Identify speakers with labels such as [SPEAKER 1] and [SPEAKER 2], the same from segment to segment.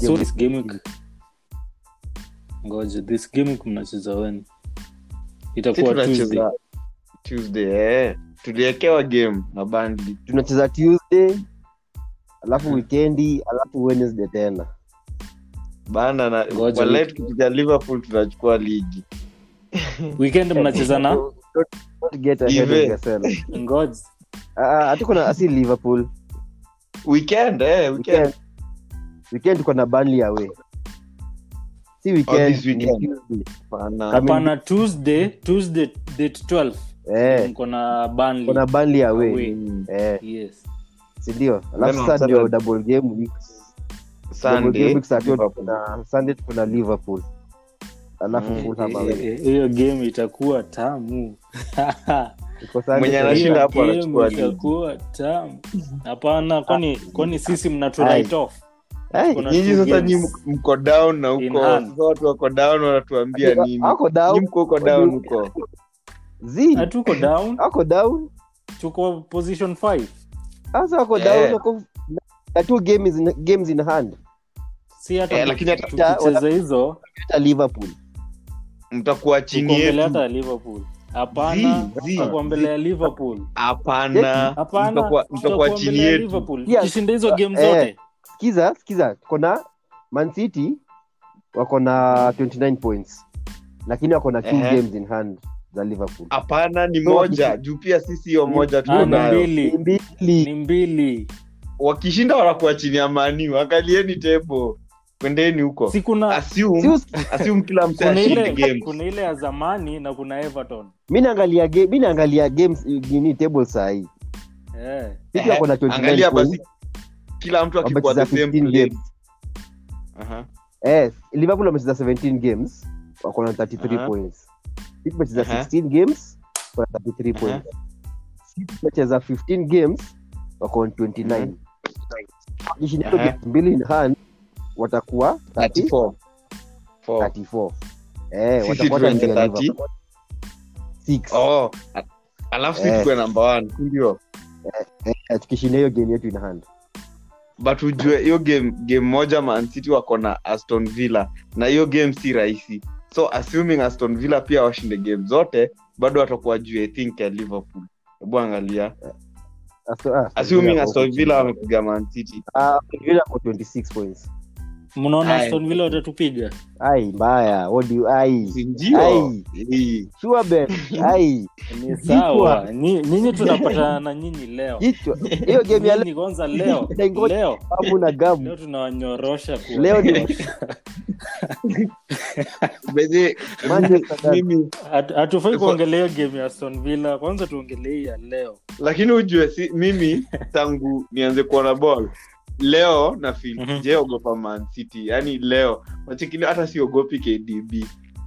[SPEAKER 1] so this game week ngoja this game week mnacheza wen
[SPEAKER 2] Si
[SPEAKER 1] itakuwa tuesday
[SPEAKER 2] tunacheza tuesday eh. tuliekewa game na bandi tunacheza tuesday alafu
[SPEAKER 3] wikendi alafu wednesday tena
[SPEAKER 2] bana na
[SPEAKER 1] Ngoja
[SPEAKER 2] walai
[SPEAKER 1] wiki.
[SPEAKER 2] tukicheza liverpool tunachukua ligi
[SPEAKER 1] weekend mnacheza na
[SPEAKER 3] Don't get ahead of
[SPEAKER 2] Ive.
[SPEAKER 3] yourself.
[SPEAKER 1] ngoja
[SPEAKER 3] Ah, ah, hatuko na si liverpool
[SPEAKER 2] weekend eh weekend
[SPEAKER 3] weekend weekend tuko na Burnley away si weekend,
[SPEAKER 2] Oh, this weekend.
[SPEAKER 3] ni Tuesday.
[SPEAKER 2] bana
[SPEAKER 3] Kami-
[SPEAKER 1] hapana tuesday tuesday date 12
[SPEAKER 3] eh
[SPEAKER 1] mko na
[SPEAKER 3] tuko
[SPEAKER 1] Burnley.
[SPEAKER 3] na Burnley away
[SPEAKER 1] Away.
[SPEAKER 3] eh
[SPEAKER 1] yes
[SPEAKER 3] sindio alafu
[SPEAKER 2] Then on
[SPEAKER 3] sasa ndio
[SPEAKER 2] Saturday.
[SPEAKER 3] double game week double game
[SPEAKER 2] sunday
[SPEAKER 3] week sasa ndio
[SPEAKER 2] Liverpool.
[SPEAKER 3] tuna sunday tuko na liverpool alafu
[SPEAKER 2] Mm.
[SPEAKER 3] Fulham
[SPEAKER 1] Eh,
[SPEAKER 3] away.
[SPEAKER 1] eh, eh, hiyo game itakuwa tamu
[SPEAKER 3] Tuko Sunday
[SPEAKER 2] Mwenye
[SPEAKER 3] tuko na
[SPEAKER 2] anashinda
[SPEAKER 1] Hiyo
[SPEAKER 2] hapo
[SPEAKER 1] game
[SPEAKER 2] anachukua ligi.
[SPEAKER 1] itakuwa tamu hapana kwani kwani sisi mna tu
[SPEAKER 3] Ai.
[SPEAKER 1] write off
[SPEAKER 3] Hey,
[SPEAKER 1] Kuna
[SPEAKER 2] nyinyi
[SPEAKER 1] two
[SPEAKER 2] sasa
[SPEAKER 1] games.
[SPEAKER 2] nyi mko- mko down na
[SPEAKER 1] In
[SPEAKER 2] huko
[SPEAKER 1] hand.
[SPEAKER 2] sasa watu wako down wanatuambia
[SPEAKER 3] Ako-
[SPEAKER 2] nini
[SPEAKER 3] ako
[SPEAKER 2] nyi
[SPEAKER 3] down
[SPEAKER 2] mko huko
[SPEAKER 3] Wajua-
[SPEAKER 2] down huko
[SPEAKER 3] Zee,
[SPEAKER 1] hatuko Ah, down
[SPEAKER 3] ako down
[SPEAKER 1] tuko position 5
[SPEAKER 3] sasa ako
[SPEAKER 2] Eh.
[SPEAKER 3] down ako na two games in, games in hand
[SPEAKER 1] si hata
[SPEAKER 2] Eh, lakini hata-
[SPEAKER 1] tukicheza hizo
[SPEAKER 3] hata liverpool
[SPEAKER 2] mtakuwa chini
[SPEAKER 1] tukombele
[SPEAKER 2] yetu
[SPEAKER 1] hata liverpool hapana
[SPEAKER 2] Zii, zii,
[SPEAKER 1] tutakuwa mbele ya liverpool
[SPEAKER 2] hapana
[SPEAKER 1] hapana
[SPEAKER 2] Mtakuwa- mtakuwa
[SPEAKER 1] tutakuwa
[SPEAKER 2] chini
[SPEAKER 1] mbele ya
[SPEAKER 2] yetu
[SPEAKER 1] liverpool
[SPEAKER 3] Yes.
[SPEAKER 1] kishinda hizo game
[SPEAKER 3] Eh.
[SPEAKER 1] zote
[SPEAKER 3] skiza skiza tuko na man city wako na 29 points lakini wako na two
[SPEAKER 2] Ehe. Ah.
[SPEAKER 3] games in hand za liverpool
[SPEAKER 2] hapana ni
[SPEAKER 3] No,
[SPEAKER 2] moja juu pia sisi hiyo moja
[SPEAKER 1] Ah, ni
[SPEAKER 2] tunayo
[SPEAKER 1] mbili
[SPEAKER 3] mbili
[SPEAKER 1] ni mbili
[SPEAKER 2] wakishinda wanakuwa chini ya maniu angalieni tebo kwendeni huko
[SPEAKER 1] si kuna
[SPEAKER 3] Si
[SPEAKER 2] assume,
[SPEAKER 3] usi-
[SPEAKER 2] assume kila mtu
[SPEAKER 1] kuna
[SPEAKER 2] ashinde
[SPEAKER 1] ile,
[SPEAKER 2] game
[SPEAKER 1] kuna ile ya zamani na kuna everton
[SPEAKER 3] mi naangalia ga- mi naangalia games gini table sahii
[SPEAKER 1] eh.
[SPEAKER 3] sisi wako na
[SPEAKER 2] Ehe, angalia
[SPEAKER 3] 29
[SPEAKER 2] basi
[SPEAKER 3] points
[SPEAKER 2] kila mtu akikuwa
[SPEAKER 3] wamecheza
[SPEAKER 2] the same
[SPEAKER 3] 15
[SPEAKER 2] place.
[SPEAKER 3] games
[SPEAKER 2] Aha.
[SPEAKER 3] eh liverpool wamecheza 17 games wako na 33
[SPEAKER 2] Aha.
[SPEAKER 3] points sisi tumecheza
[SPEAKER 2] Aha.
[SPEAKER 3] 16 games wako na 33
[SPEAKER 2] Aha.
[SPEAKER 3] points sisi tumecheza 15 games wako na 29 wakishinda hizo
[SPEAKER 2] Aha.
[SPEAKER 3] games mbili in hand watakuwa 30
[SPEAKER 2] 34. Four.
[SPEAKER 3] 34 eh,
[SPEAKER 2] Sisi
[SPEAKER 3] watakuwa
[SPEAKER 2] tuende
[SPEAKER 3] chini ya
[SPEAKER 2] 30.
[SPEAKER 3] Liverpool. Six.
[SPEAKER 2] Oh, a- alafu si
[SPEAKER 3] Eh.
[SPEAKER 2] tuwe namba one si ndio
[SPEAKER 3] Eh, tukishinda hiyo game yetu in hand
[SPEAKER 2] but ujue hiyo game game moja mancity wako na aston villa na hiyo game si rahisi so assuming aston villa pia washinde game zote bado watakuwa juu i think ya liverpool hebu angalia
[SPEAKER 3] Aston- ah, Aston
[SPEAKER 2] assuming
[SPEAKER 3] Villa wako
[SPEAKER 2] aston
[SPEAKER 3] chini.
[SPEAKER 2] villa wamepiga mancity
[SPEAKER 3] Ah, Aston Villa wako 26 points
[SPEAKER 1] mnaona
[SPEAKER 2] Ai.
[SPEAKER 1] aston villa watatupiga
[SPEAKER 3] ai mbaya What do you- ai
[SPEAKER 2] sindio
[SPEAKER 3] Ai. sure bet ai
[SPEAKER 1] ni sawa Ni- nyinyi tunapatana na nyinyi leo
[SPEAKER 3] jicho hiyo game ya leo
[SPEAKER 1] Nyinyi kwanza leo
[SPEAKER 3] Dangote.
[SPEAKER 1] leo
[SPEAKER 3] babu na
[SPEAKER 1] leo
[SPEAKER 3] gamu
[SPEAKER 1] tunawanyorosha kwa-
[SPEAKER 3] leo ni Manchester
[SPEAKER 2] mimi
[SPEAKER 1] Hatu- hatufai
[SPEAKER 2] So-
[SPEAKER 1] kuongelea hiyo game ya aston villa kwanza tuongelee hii ya leo
[SPEAKER 2] lakini ujue si, mimi tangu nianze kuona ball leo na feel
[SPEAKER 1] Mhm.
[SPEAKER 2] je ogopa man city yani leo machikili hata siogopi kdb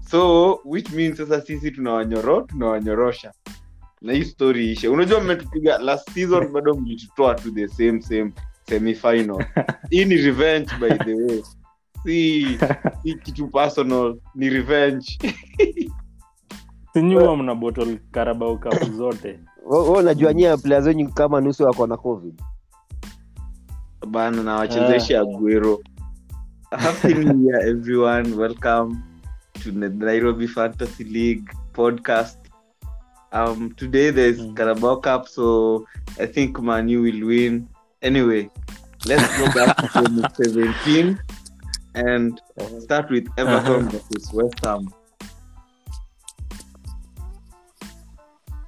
[SPEAKER 2] so which means sasa sisi tunawanyoro tunawanyorosha na hii story ishe unajua mmetupiga last season bado mlitutoa to the same same semifinal hii ni revenge by the way si, si kitu personal ni revenge
[SPEAKER 1] sinyuwa mna botol karabau kapu zote
[SPEAKER 3] Wewe- wewe unajua nyie players wenyu kama nusu wako na covid
[SPEAKER 2] bana na wachezeshi aguero happy new year everyone welcome to the nairobi fantasy league podcast um today there's
[SPEAKER 1] Mm.
[SPEAKER 2] carabao cup so i think manu will win anyway let's go back to game 17 and start with everton versus west ham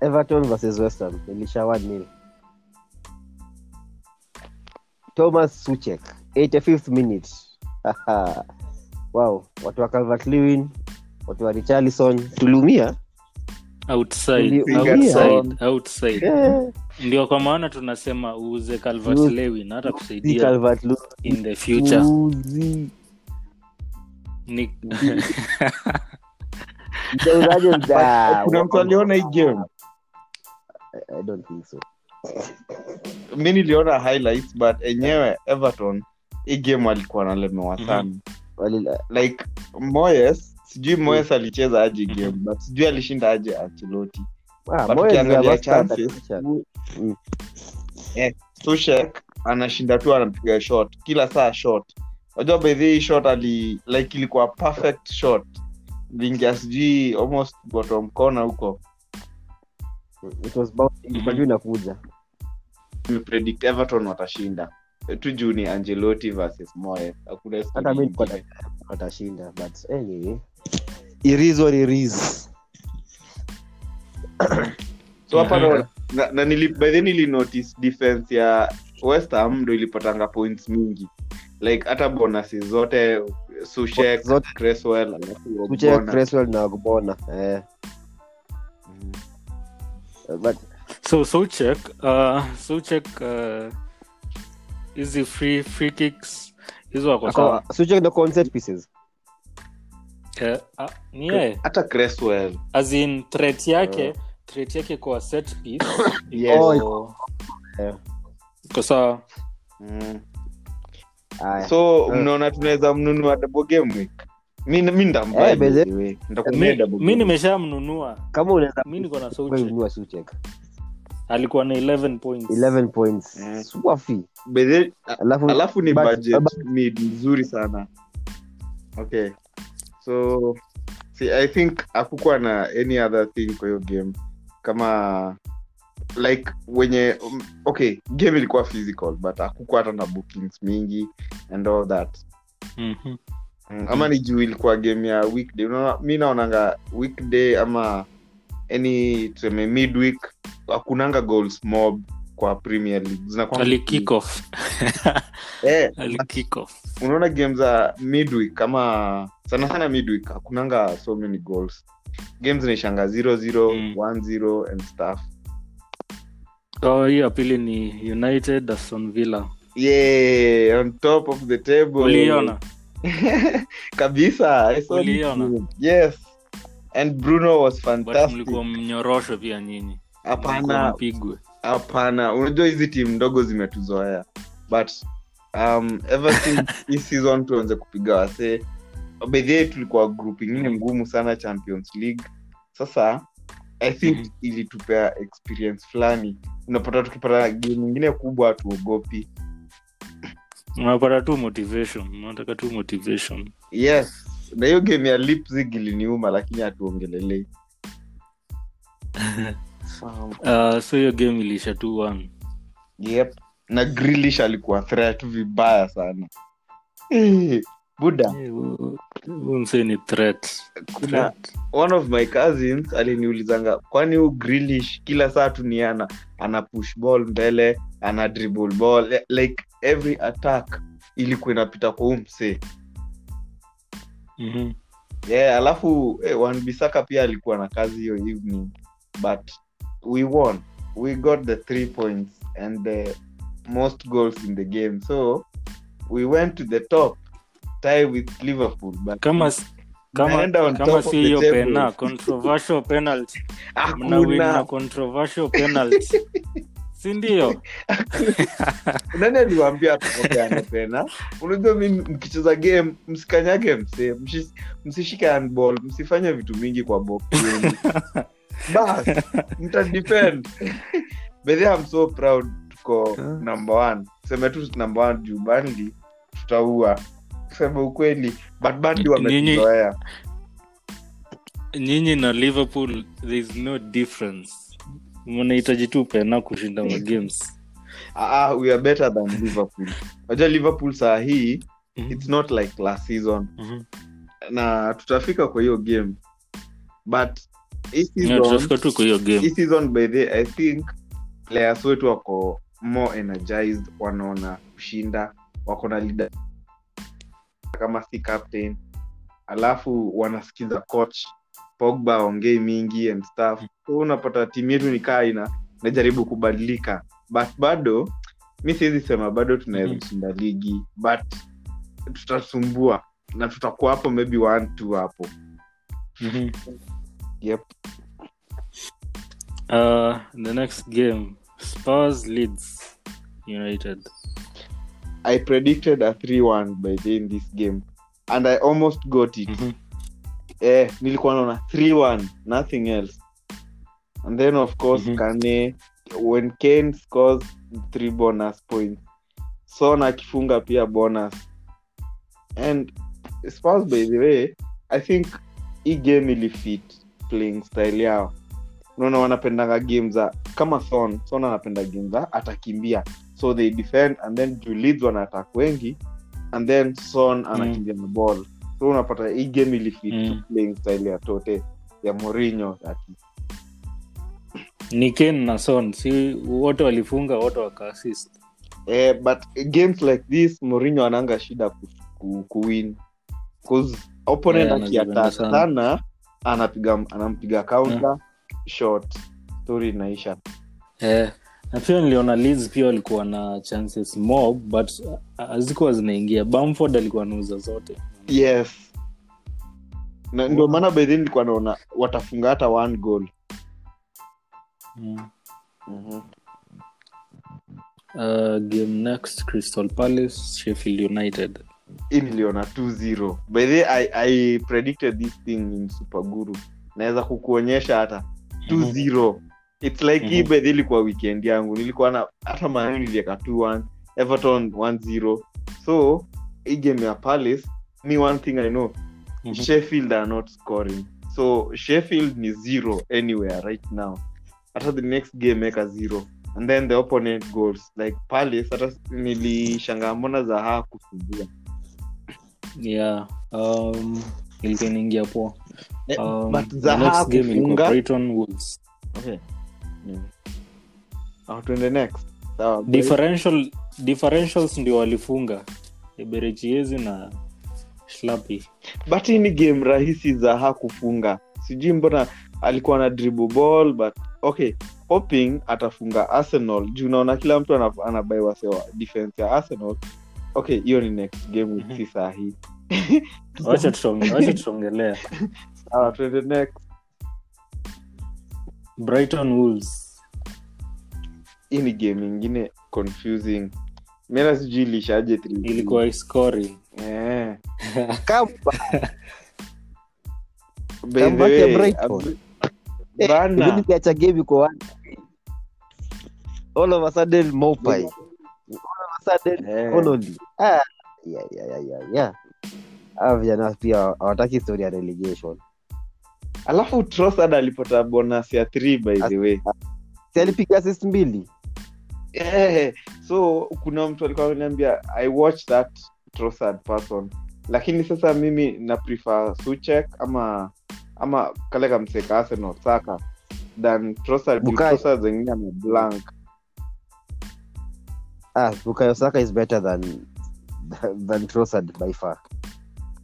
[SPEAKER 3] everton versus West Ham ilisha 1-0. thomas suchek 85th minute Haha. wow watu wa calvert lewin watu wa richarlison tuliumia
[SPEAKER 1] outside
[SPEAKER 2] Finger
[SPEAKER 3] sound.
[SPEAKER 1] outside outside
[SPEAKER 3] Eh,
[SPEAKER 1] ndio kwa maana tunasema uuze calvert
[SPEAKER 3] Uuze-
[SPEAKER 1] lewin hata
[SPEAKER 3] si
[SPEAKER 1] kusaidia
[SPEAKER 3] Calvert Lewin,
[SPEAKER 1] in the future
[SPEAKER 3] uzi.
[SPEAKER 1] ni
[SPEAKER 3] Mchezaji mda-
[SPEAKER 2] kuna mtu aliona hii game
[SPEAKER 3] I don't think so.
[SPEAKER 2] mi niliona highlights but enyewe everton hii game walikuwa nalemewa
[SPEAKER 1] Mhm.
[SPEAKER 2] sana
[SPEAKER 3] Walila-
[SPEAKER 2] like moyes sijui moyes alicheza aje game but sijui alishinda aje achiloti
[SPEAKER 3] Ah,
[SPEAKER 2] But
[SPEAKER 3] Moyes
[SPEAKER 2] ukiangalia
[SPEAKER 3] Vermaster
[SPEAKER 2] chances,
[SPEAKER 3] atakucha.
[SPEAKER 2] sushek anashinda tu anapiga shot kila saa shot unajua by the way, hii shot ali like ilikuwa perfect shot lingia sijui almost bottom corner huko
[SPEAKER 3] it was bound- ilikuwa juu inakuja
[SPEAKER 2] nimepredict everton watashinda tu juu ni angelotti versus moyes hakuna story
[SPEAKER 3] hata mi nilikuwa
[SPEAKER 2] ingine.
[SPEAKER 3] na- watashinda but anyway it is what it is.
[SPEAKER 2] so hapa
[SPEAKER 1] Mhm.
[SPEAKER 2] naona- na, na nili, by then nilinotice defense ya west ham ndo ilipatanga points mingi like hata bonuses zote sushek
[SPEAKER 3] Zote.
[SPEAKER 2] creswell alafu
[SPEAKER 3] kuchea
[SPEAKER 2] Ogbonna.
[SPEAKER 3] Cresswell na Ogbonna, eh.
[SPEAKER 2] Mm.
[SPEAKER 3] But
[SPEAKER 1] so Soucek, uh, Soucek, uh, hizi free free kicks hizo ako sawa
[SPEAKER 3] ako- Suchek ndo concert pieces.
[SPEAKER 1] Eh, ah, ni yeye
[SPEAKER 2] hata creswell
[SPEAKER 1] as in threat yake threat yake kwa set piece
[SPEAKER 2] Yes.
[SPEAKER 3] Oh,
[SPEAKER 1] iko-
[SPEAKER 3] Yeah.
[SPEAKER 1] iko sawa
[SPEAKER 2] mm.
[SPEAKER 3] Aya.
[SPEAKER 2] so
[SPEAKER 3] Eh.
[SPEAKER 2] mnaona tunaweza mnunua double game week mi mi ndambuy
[SPEAKER 3] Eh, by the-
[SPEAKER 2] anyway. Nitakununua
[SPEAKER 1] mi
[SPEAKER 2] double
[SPEAKER 1] mi
[SPEAKER 2] game.
[SPEAKER 1] nimeshamnunua
[SPEAKER 3] kama unaweza
[SPEAKER 1] mi niko na Soucek.
[SPEAKER 3] kununua Suchek,
[SPEAKER 1] alikuwa na 11 points
[SPEAKER 3] 11 points
[SPEAKER 2] Mm.
[SPEAKER 3] swafi
[SPEAKER 2] By the- a-
[SPEAKER 3] alafu
[SPEAKER 2] alafu ni
[SPEAKER 3] but-
[SPEAKER 2] budget
[SPEAKER 3] but-
[SPEAKER 2] ni nzuri sana okay so see, i think hakukuwa na any other thing kwa hiyo game kama like wenye um, okay game ilikuwa physical but hakukuwa hata na bookings mingi and all that
[SPEAKER 1] Mhm.
[SPEAKER 2] mm ama ni juu ilikuwa game ya weekday unaona mi naonanga weekday ama any tuseme midweek hakunanga goals mob kwa premier league Zinakuwa-
[SPEAKER 1] Ali kick off.
[SPEAKER 2] eh,
[SPEAKER 1] Ali kick off.
[SPEAKER 2] unaona game za midweek kama sana sana midweek hakunanga so many goals games zinaishanga 00
[SPEAKER 1] Mm.
[SPEAKER 2] 10 and stuff
[SPEAKER 1] Oh, hiyo ya pili ni united aston villa
[SPEAKER 2] yeah on top of the table
[SPEAKER 1] uliona
[SPEAKER 2] kabisa I saw this
[SPEAKER 1] Uliiona?
[SPEAKER 2] game. yes and bruno was
[SPEAKER 1] but
[SPEAKER 2] fantastic
[SPEAKER 1] mlikuwa mnyorosho pia nyinyi Mlikuwa
[SPEAKER 2] hapana
[SPEAKER 1] mpigwe
[SPEAKER 2] hapana unajua hizi timu ndogo zimetuzoea but um, ever since hii season tuanze kupiga wasee bedhie tulikuwa group ingine ngumu sana champions league sasa i think
[SPEAKER 1] Mhm.
[SPEAKER 2] ilitupea experience fulani unapata tukipata game ingine kubwa hatuogopi
[SPEAKER 1] unapata tu motivation unataka tu motivation
[SPEAKER 2] yes na hiyo game ya Leipzig iliniuma lakini hatuongelelei um,
[SPEAKER 1] uh, so hiyo game iliisha tu one
[SPEAKER 2] yep. na Grealish alikuwa threat vibaya sana Eh, buda
[SPEAKER 1] Eh, huyu- huyu msee ni threat
[SPEAKER 2] kuna one of my cousins aliniulizanga kwani huu grilish kila saa tu ni ana ana push ball mbele ana dribble ball li- like every attack ilikuwa inapita kwa huu msee
[SPEAKER 1] Mhm.
[SPEAKER 2] yeah, alafu eh, wanbisaka pia alikuwa na kazi hiyo evening but we won we got the three points and the most goals in the game so we went to the top tie with liverpool but
[SPEAKER 1] kama s- kama
[SPEAKER 2] Naenda on top
[SPEAKER 1] kama
[SPEAKER 2] of
[SPEAKER 1] si
[SPEAKER 2] the
[SPEAKER 1] hiyo
[SPEAKER 2] table.
[SPEAKER 1] pena controversial penalty mna win na
[SPEAKER 2] hakuna
[SPEAKER 1] controversial penalty si ndio
[SPEAKER 2] nani aliwaambia tuopeane tena unajua mi mkicheza game msikanyage msee mshi- msishike handball msifanye vitu mingi kwa box yenu. bas mtadepend bedhi am so proud tuko number one tuseme tu number one juu bandi tutaua kusema ukweli but bandi
[SPEAKER 1] Nyinyi-
[SPEAKER 2] wametuzoea
[SPEAKER 1] nyinyi na liverpool there is no difference mnahitaji tu pena kushinda magames
[SPEAKER 2] Ah, ah, we are better than liverpool unajua liverpool saa hii
[SPEAKER 1] Mm-hmm.
[SPEAKER 2] it's not like last season
[SPEAKER 1] Mhm.
[SPEAKER 2] na tutafika kwa hiyo game but hii
[SPEAKER 1] Yeah,
[SPEAKER 2] season-
[SPEAKER 1] tutafika tu kwa hiyo game
[SPEAKER 2] hii season by the i think players wetu wako more energized wanaona kushinda wako na leader kama si captain alafu wanasikiza coach pogba ongei mingi and stuff so unapata timu yetu ni kaa ina najaribu kubadilika but bado mi siwezi sema bado tunaweza
[SPEAKER 1] Mhm.
[SPEAKER 2] kushinda ligi but tutasumbua na tutakuwa hapo maybe one two hapo
[SPEAKER 1] Mhm.
[SPEAKER 2] yep.
[SPEAKER 1] Uh, the next game Spurs leads United.
[SPEAKER 2] I predicted a 3-1 by the in this game and I almost got it.
[SPEAKER 1] Mhm.
[SPEAKER 2] Eh, nilikuwa naona 3-1, nothing else. And then of course
[SPEAKER 1] Mhm.
[SPEAKER 2] Kane when Kane scores three bonus points. Son akifunga pia bonus. and Spurs by the way I think hii game ilifit playing style yao unaona wanapendaga game za kama thon thon anapenda game za atakimbia so they defend and then juu Leeds wanaattack wengi and then son anakimbia na ball so unapata hii game ilifit
[SPEAKER 1] Mm.
[SPEAKER 2] playing style ya tote ya Mourinho ati
[SPEAKER 1] ni Kane na son si wote walifunga wote wakaassist
[SPEAKER 2] Eh, but games like this Mourinho ananga shida ku, ku, kuwin cause opponent
[SPEAKER 1] Yeah, anazipenda
[SPEAKER 2] akiattack
[SPEAKER 1] sana.
[SPEAKER 2] sana anapiga anampiga counter shot story inaisha
[SPEAKER 1] Eh, na pia niliona Leeds pia walikuwa na chances more but uh, hazikuwa zinaingia bamford alikuwa anauza zote
[SPEAKER 2] yes na ndio maana by then nilikuwa naona watafunga hata one goal
[SPEAKER 1] mm.
[SPEAKER 2] mm-hmm.
[SPEAKER 1] uh, game next crystal palace sheffield united
[SPEAKER 2] niliona 2-0 by the I, i predicted this thing in superguru naweza kukuonyesha hata 2-0 its like hii
[SPEAKER 1] Mhm.
[SPEAKER 2] by the ilikuwa weekend yangu nilikuwa na hata maneno nilieka 2-1 everton 1-0 so hii game ya palace me one thing i know
[SPEAKER 1] Mhm.
[SPEAKER 2] sheffield are not scoring so sheffield ni zero anywhere right now hata the next game eka zero and then the opponent goals like palace hata nilishangaa mbona za haa kusumbua
[SPEAKER 1] yeah um, ilikuwa inaingia poa
[SPEAKER 2] Eh,
[SPEAKER 1] um,
[SPEAKER 2] but
[SPEAKER 1] the
[SPEAKER 2] Zaha
[SPEAKER 1] next game ilikuwa
[SPEAKER 2] kufunga-
[SPEAKER 1] Brighton Wolves.
[SPEAKER 2] Okay. Now to the next. Uh, Sawa,
[SPEAKER 1] differential differentials ndio walifunga eberechiezi na shlapi
[SPEAKER 2] but hii ni game rahisi za hakufunga sijui mbona alikuwa na dribble ball but okay hoping atafunga arsenal juu naona kila mtu ana- anabai wasewa defense ya arsenal okay hiyo ni next game
[SPEAKER 1] Mhm.
[SPEAKER 2] si sahi
[SPEAKER 1] wacha tutonge- wacha tutaongelea
[SPEAKER 2] Sawa, tuende next
[SPEAKER 1] brighton wolves
[SPEAKER 2] hii ni game ingine confusing mera sijui ilishaje three-
[SPEAKER 1] ilikuwa scoring
[SPEAKER 2] Eh.
[SPEAKER 3] Kamba.
[SPEAKER 2] By the
[SPEAKER 3] Comeback ya
[SPEAKER 2] way,
[SPEAKER 3] Brighton.
[SPEAKER 2] ab-
[SPEAKER 3] Eh,
[SPEAKER 2] Bana.
[SPEAKER 3] Vile kiacha game iko wazi. all of a sudden Mopai. Eh. all of a sudden
[SPEAKER 2] Eh.
[SPEAKER 3] Connolly. Ah, yeah, yeah, yeah, yeah, yeah. Hawa Ah, vijana pia hawataki story ya relegation.
[SPEAKER 2] alafu trosad alipata bonus ya 3 by the way
[SPEAKER 3] Si alipiga assist mbili.
[SPEAKER 2] Eh, so kuna mtu alikuwa ameniambia i watch that Trossard person lakini sasa mimi na prefer suchek ama ama kale kamseka arsenal saka than Trossard. Juu
[SPEAKER 3] Bukayo.
[SPEAKER 2] Trossard zengine ana blank
[SPEAKER 3] Ah, Bukayo Saka is better than than Trossard by far.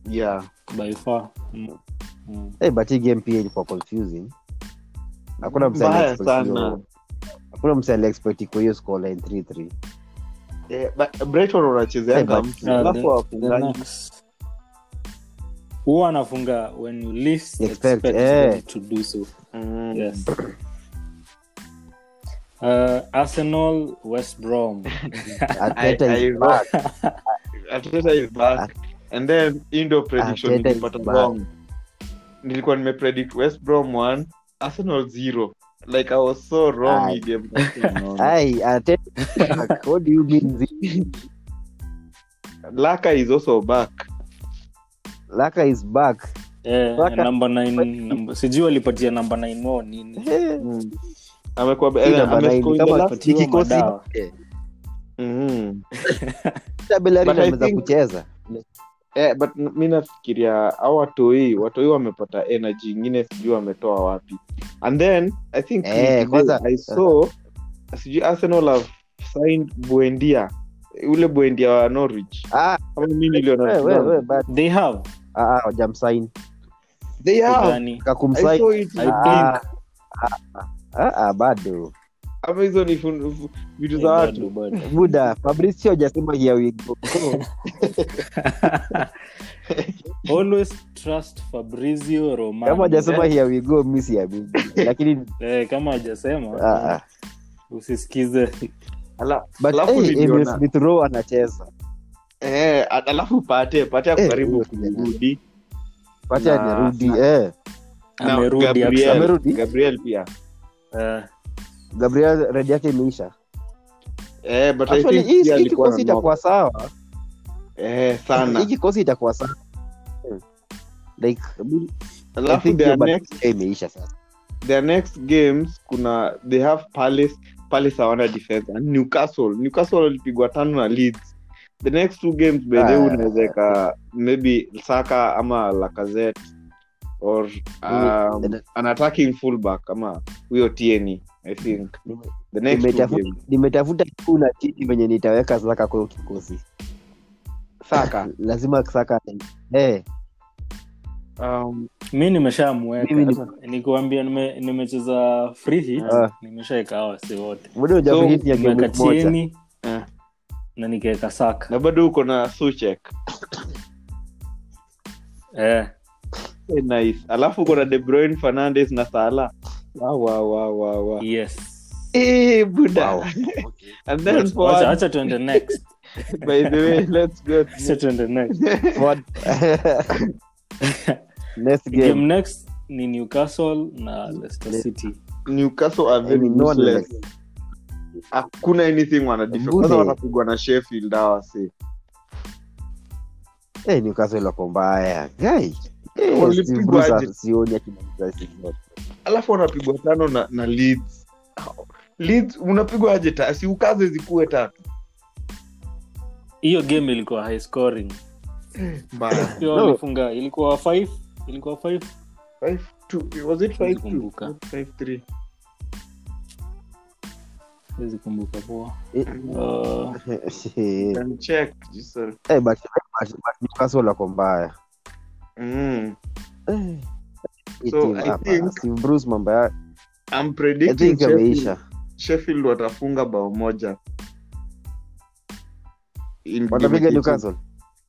[SPEAKER 2] yeah
[SPEAKER 1] by far mm. Mm.
[SPEAKER 3] Hey, Eh, but hii game pia ilikuwa confusing. Hakuna msali
[SPEAKER 2] Mbaya
[SPEAKER 3] expect
[SPEAKER 2] sana
[SPEAKER 3] hiyo- Hakuna msali expect kwa hiyo scoreline 3-3.
[SPEAKER 2] Eh, but brighton wanachezeanga
[SPEAKER 3] Eh, but-
[SPEAKER 2] mtu
[SPEAKER 1] Yeah,
[SPEAKER 2] alafu
[SPEAKER 1] Uh, the- the
[SPEAKER 2] hawafungangi.
[SPEAKER 1] next. huwa anafunga when you least
[SPEAKER 3] Expect,
[SPEAKER 1] expect,
[SPEAKER 3] eh.
[SPEAKER 1] them to do so
[SPEAKER 2] Mm.
[SPEAKER 1] yes uh, arsenal west brom
[SPEAKER 3] Arteta
[SPEAKER 2] I- I
[SPEAKER 3] is back.
[SPEAKER 2] Arteta is back. And then hii ndio prediction
[SPEAKER 3] Arteta is
[SPEAKER 2] nilipata
[SPEAKER 3] back.
[SPEAKER 2] wrong. Nilikuwa nimepredict West Brom 1, Arsenal 0. Like I was so wrong
[SPEAKER 3] Aye.
[SPEAKER 2] hii game. No.
[SPEAKER 3] Aye, Arteta is back. What do you mean? Zi-
[SPEAKER 2] Laka is also back.
[SPEAKER 3] Laka is back.
[SPEAKER 1] Eh,
[SPEAKER 3] Saka-
[SPEAKER 1] namba 9 namba- sijui walipatia namba 9 wao nini
[SPEAKER 3] Eh,
[SPEAKER 2] Amekuwa
[SPEAKER 3] hii
[SPEAKER 2] eh,
[SPEAKER 3] namba nine,
[SPEAKER 2] amescore in the
[SPEAKER 3] kama
[SPEAKER 2] last-
[SPEAKER 3] hii kikosi-
[SPEAKER 1] madawa.
[SPEAKER 3] eh,
[SPEAKER 2] Mhm.
[SPEAKER 3] hata Bellerin
[SPEAKER 2] But I
[SPEAKER 3] ameweza
[SPEAKER 2] think-
[SPEAKER 3] kucheza.
[SPEAKER 2] Eh, but n- mi nafikiria hawa watoi watoi wamepata energy ingine sijui wametoa wapi and then i think
[SPEAKER 3] Eh,
[SPEAKER 2] today
[SPEAKER 3] kwanza-
[SPEAKER 2] i saw sijui arsenal have signed buendia ule buendia wa norwich
[SPEAKER 3] Ah,
[SPEAKER 2] kama mi niliona
[SPEAKER 3] we- we- we, but-
[SPEAKER 1] they have
[SPEAKER 3] ah, ah, hawajamsign.
[SPEAKER 2] they have
[SPEAKER 1] Kudani.
[SPEAKER 2] i
[SPEAKER 3] Kakumsign.
[SPEAKER 2] saw it
[SPEAKER 1] I
[SPEAKER 2] Ah,
[SPEAKER 3] Ah, ah, ah, bado
[SPEAKER 2] ama hizo ni fun- fu- vitu za
[SPEAKER 1] Bado,
[SPEAKER 2] watu
[SPEAKER 1] bado.
[SPEAKER 3] buda fabricio hajasema here we go.
[SPEAKER 2] Oh,
[SPEAKER 1] always trust fabrizio Romano.
[SPEAKER 3] kama hajasema here we go mi siamini lakini
[SPEAKER 1] eh, kama hajasema
[SPEAKER 3] ah, ah.
[SPEAKER 1] usisikize
[SPEAKER 2] Ala-
[SPEAKER 3] but
[SPEAKER 2] Alafu
[SPEAKER 3] hey,
[SPEAKER 2] niliona-
[SPEAKER 3] Emil Smith Rowe anacheza
[SPEAKER 2] eh, a- alafu pate pate
[SPEAKER 3] Eh,
[SPEAKER 2] akujaribu
[SPEAKER 3] huyo
[SPEAKER 2] kurudi
[SPEAKER 3] pacha
[SPEAKER 2] Na-
[SPEAKER 3] amerudi eh.
[SPEAKER 2] Na
[SPEAKER 1] amerudi
[SPEAKER 2] Gabriel-
[SPEAKER 1] actually.
[SPEAKER 3] Amerudi?
[SPEAKER 2] gabriel pia
[SPEAKER 1] Eh,
[SPEAKER 3] gabriel red yake imeisha
[SPEAKER 2] eh, but I
[SPEAKER 3] Actually,
[SPEAKER 2] think
[SPEAKER 3] hii-
[SPEAKER 2] pia
[SPEAKER 3] hii
[SPEAKER 2] alikuwa
[SPEAKER 3] kikosi
[SPEAKER 2] na knock.
[SPEAKER 3] itakuwa sawa
[SPEAKER 2] eh, sana
[SPEAKER 3] hii kikosi itakuwa sana Hmm. like mi- I
[SPEAKER 2] alafu
[SPEAKER 3] think
[SPEAKER 2] their
[SPEAKER 3] hiyo
[SPEAKER 2] next,
[SPEAKER 3] battle imeisha sasa
[SPEAKER 2] their next games kuna they have palace palace hawana defense and newcastle newcastle walipigwa tano na leeds the next two games bedhe
[SPEAKER 3] Ah.
[SPEAKER 2] unaweza ika maybe saka ama lacazette or um,
[SPEAKER 3] Nime-
[SPEAKER 2] an attacking fullback ama huyo tn i think
[SPEAKER 3] Nime-
[SPEAKER 2] the next two
[SPEAKER 3] nimetafuta-
[SPEAKER 2] games
[SPEAKER 3] nimetafuta kuu na chini venye nitaweka saka kwa hiyo kikosi
[SPEAKER 2] saka
[SPEAKER 3] lazima saka eh,
[SPEAKER 2] um,
[SPEAKER 1] mi nimeshamweka
[SPEAKER 3] Mimi ni-
[SPEAKER 1] Sasa, nikiwambia nime- nimecheza free hit
[SPEAKER 3] Ah.
[SPEAKER 1] nimeshaeka wasi wote
[SPEAKER 3] muda
[SPEAKER 2] So,
[SPEAKER 3] ujafikitia
[SPEAKER 1] nimeweka
[SPEAKER 3] kiongozi moja
[SPEAKER 1] tieni
[SPEAKER 2] Ah.
[SPEAKER 1] na nikaweka saka
[SPEAKER 2] na bado uko na suchek
[SPEAKER 1] eh.
[SPEAKER 2] Eh, nice alafu uko na de Bruyne, fernandes na sala wow, wow, wow, wow, wow.
[SPEAKER 1] yes
[SPEAKER 2] Eh, buda
[SPEAKER 3] Wow.
[SPEAKER 2] and then
[SPEAKER 1] Wacha-
[SPEAKER 2] forward,
[SPEAKER 1] wacha tuende next
[SPEAKER 2] by the way let's go to-
[SPEAKER 1] Wacha tuende next
[SPEAKER 3] What? Next game.
[SPEAKER 1] game next ni newcastle na leicester
[SPEAKER 3] Le-
[SPEAKER 1] city
[SPEAKER 2] newcastle are very
[SPEAKER 3] Yaani no one
[SPEAKER 2] useless.
[SPEAKER 3] like-
[SPEAKER 2] hakuna anything wana defend.
[SPEAKER 3] Bure.
[SPEAKER 2] Kwanza watapigwa na sheffield hawa si
[SPEAKER 3] Eh, Newcastle wako mbaya. Guy. Eh,
[SPEAKER 2] Walipigwa
[SPEAKER 3] Steve Bruce
[SPEAKER 2] aje?
[SPEAKER 3] sioni akimaliza season yote.
[SPEAKER 2] alafu wanapigwa tano na, na leeds leeds unapigwa aje ta si ukaze zikuwe tatu
[SPEAKER 1] hiyo game ilikuwa high scoring
[SPEAKER 2] mbaya
[SPEAKER 1] pia
[SPEAKER 3] No.
[SPEAKER 1] walifunga ilikuwa 5 ilikuwa 5
[SPEAKER 2] Five two, was it five two?
[SPEAKER 1] Nikumbuka.
[SPEAKER 2] Five three.
[SPEAKER 1] siwezi kumbuka poa
[SPEAKER 3] Eh.
[SPEAKER 1] uh,
[SPEAKER 3] Eh,
[SPEAKER 2] Can check, Giselle.
[SPEAKER 3] but- Eh, but- but Newcastle wako mbaya.
[SPEAKER 2] Mm.
[SPEAKER 3] Eh, hii
[SPEAKER 2] So,
[SPEAKER 3] timu
[SPEAKER 2] I
[SPEAKER 3] hapa,
[SPEAKER 2] think-
[SPEAKER 3] Steve Bruce mambo ya-
[SPEAKER 2] I'm
[SPEAKER 3] I
[SPEAKER 2] predicting
[SPEAKER 3] think
[SPEAKER 2] Sheffield,
[SPEAKER 3] ameisha.
[SPEAKER 2] Sheffield watafunga bao moja In
[SPEAKER 3] Watapiga
[SPEAKER 2] limited-
[SPEAKER 3] Newcastle.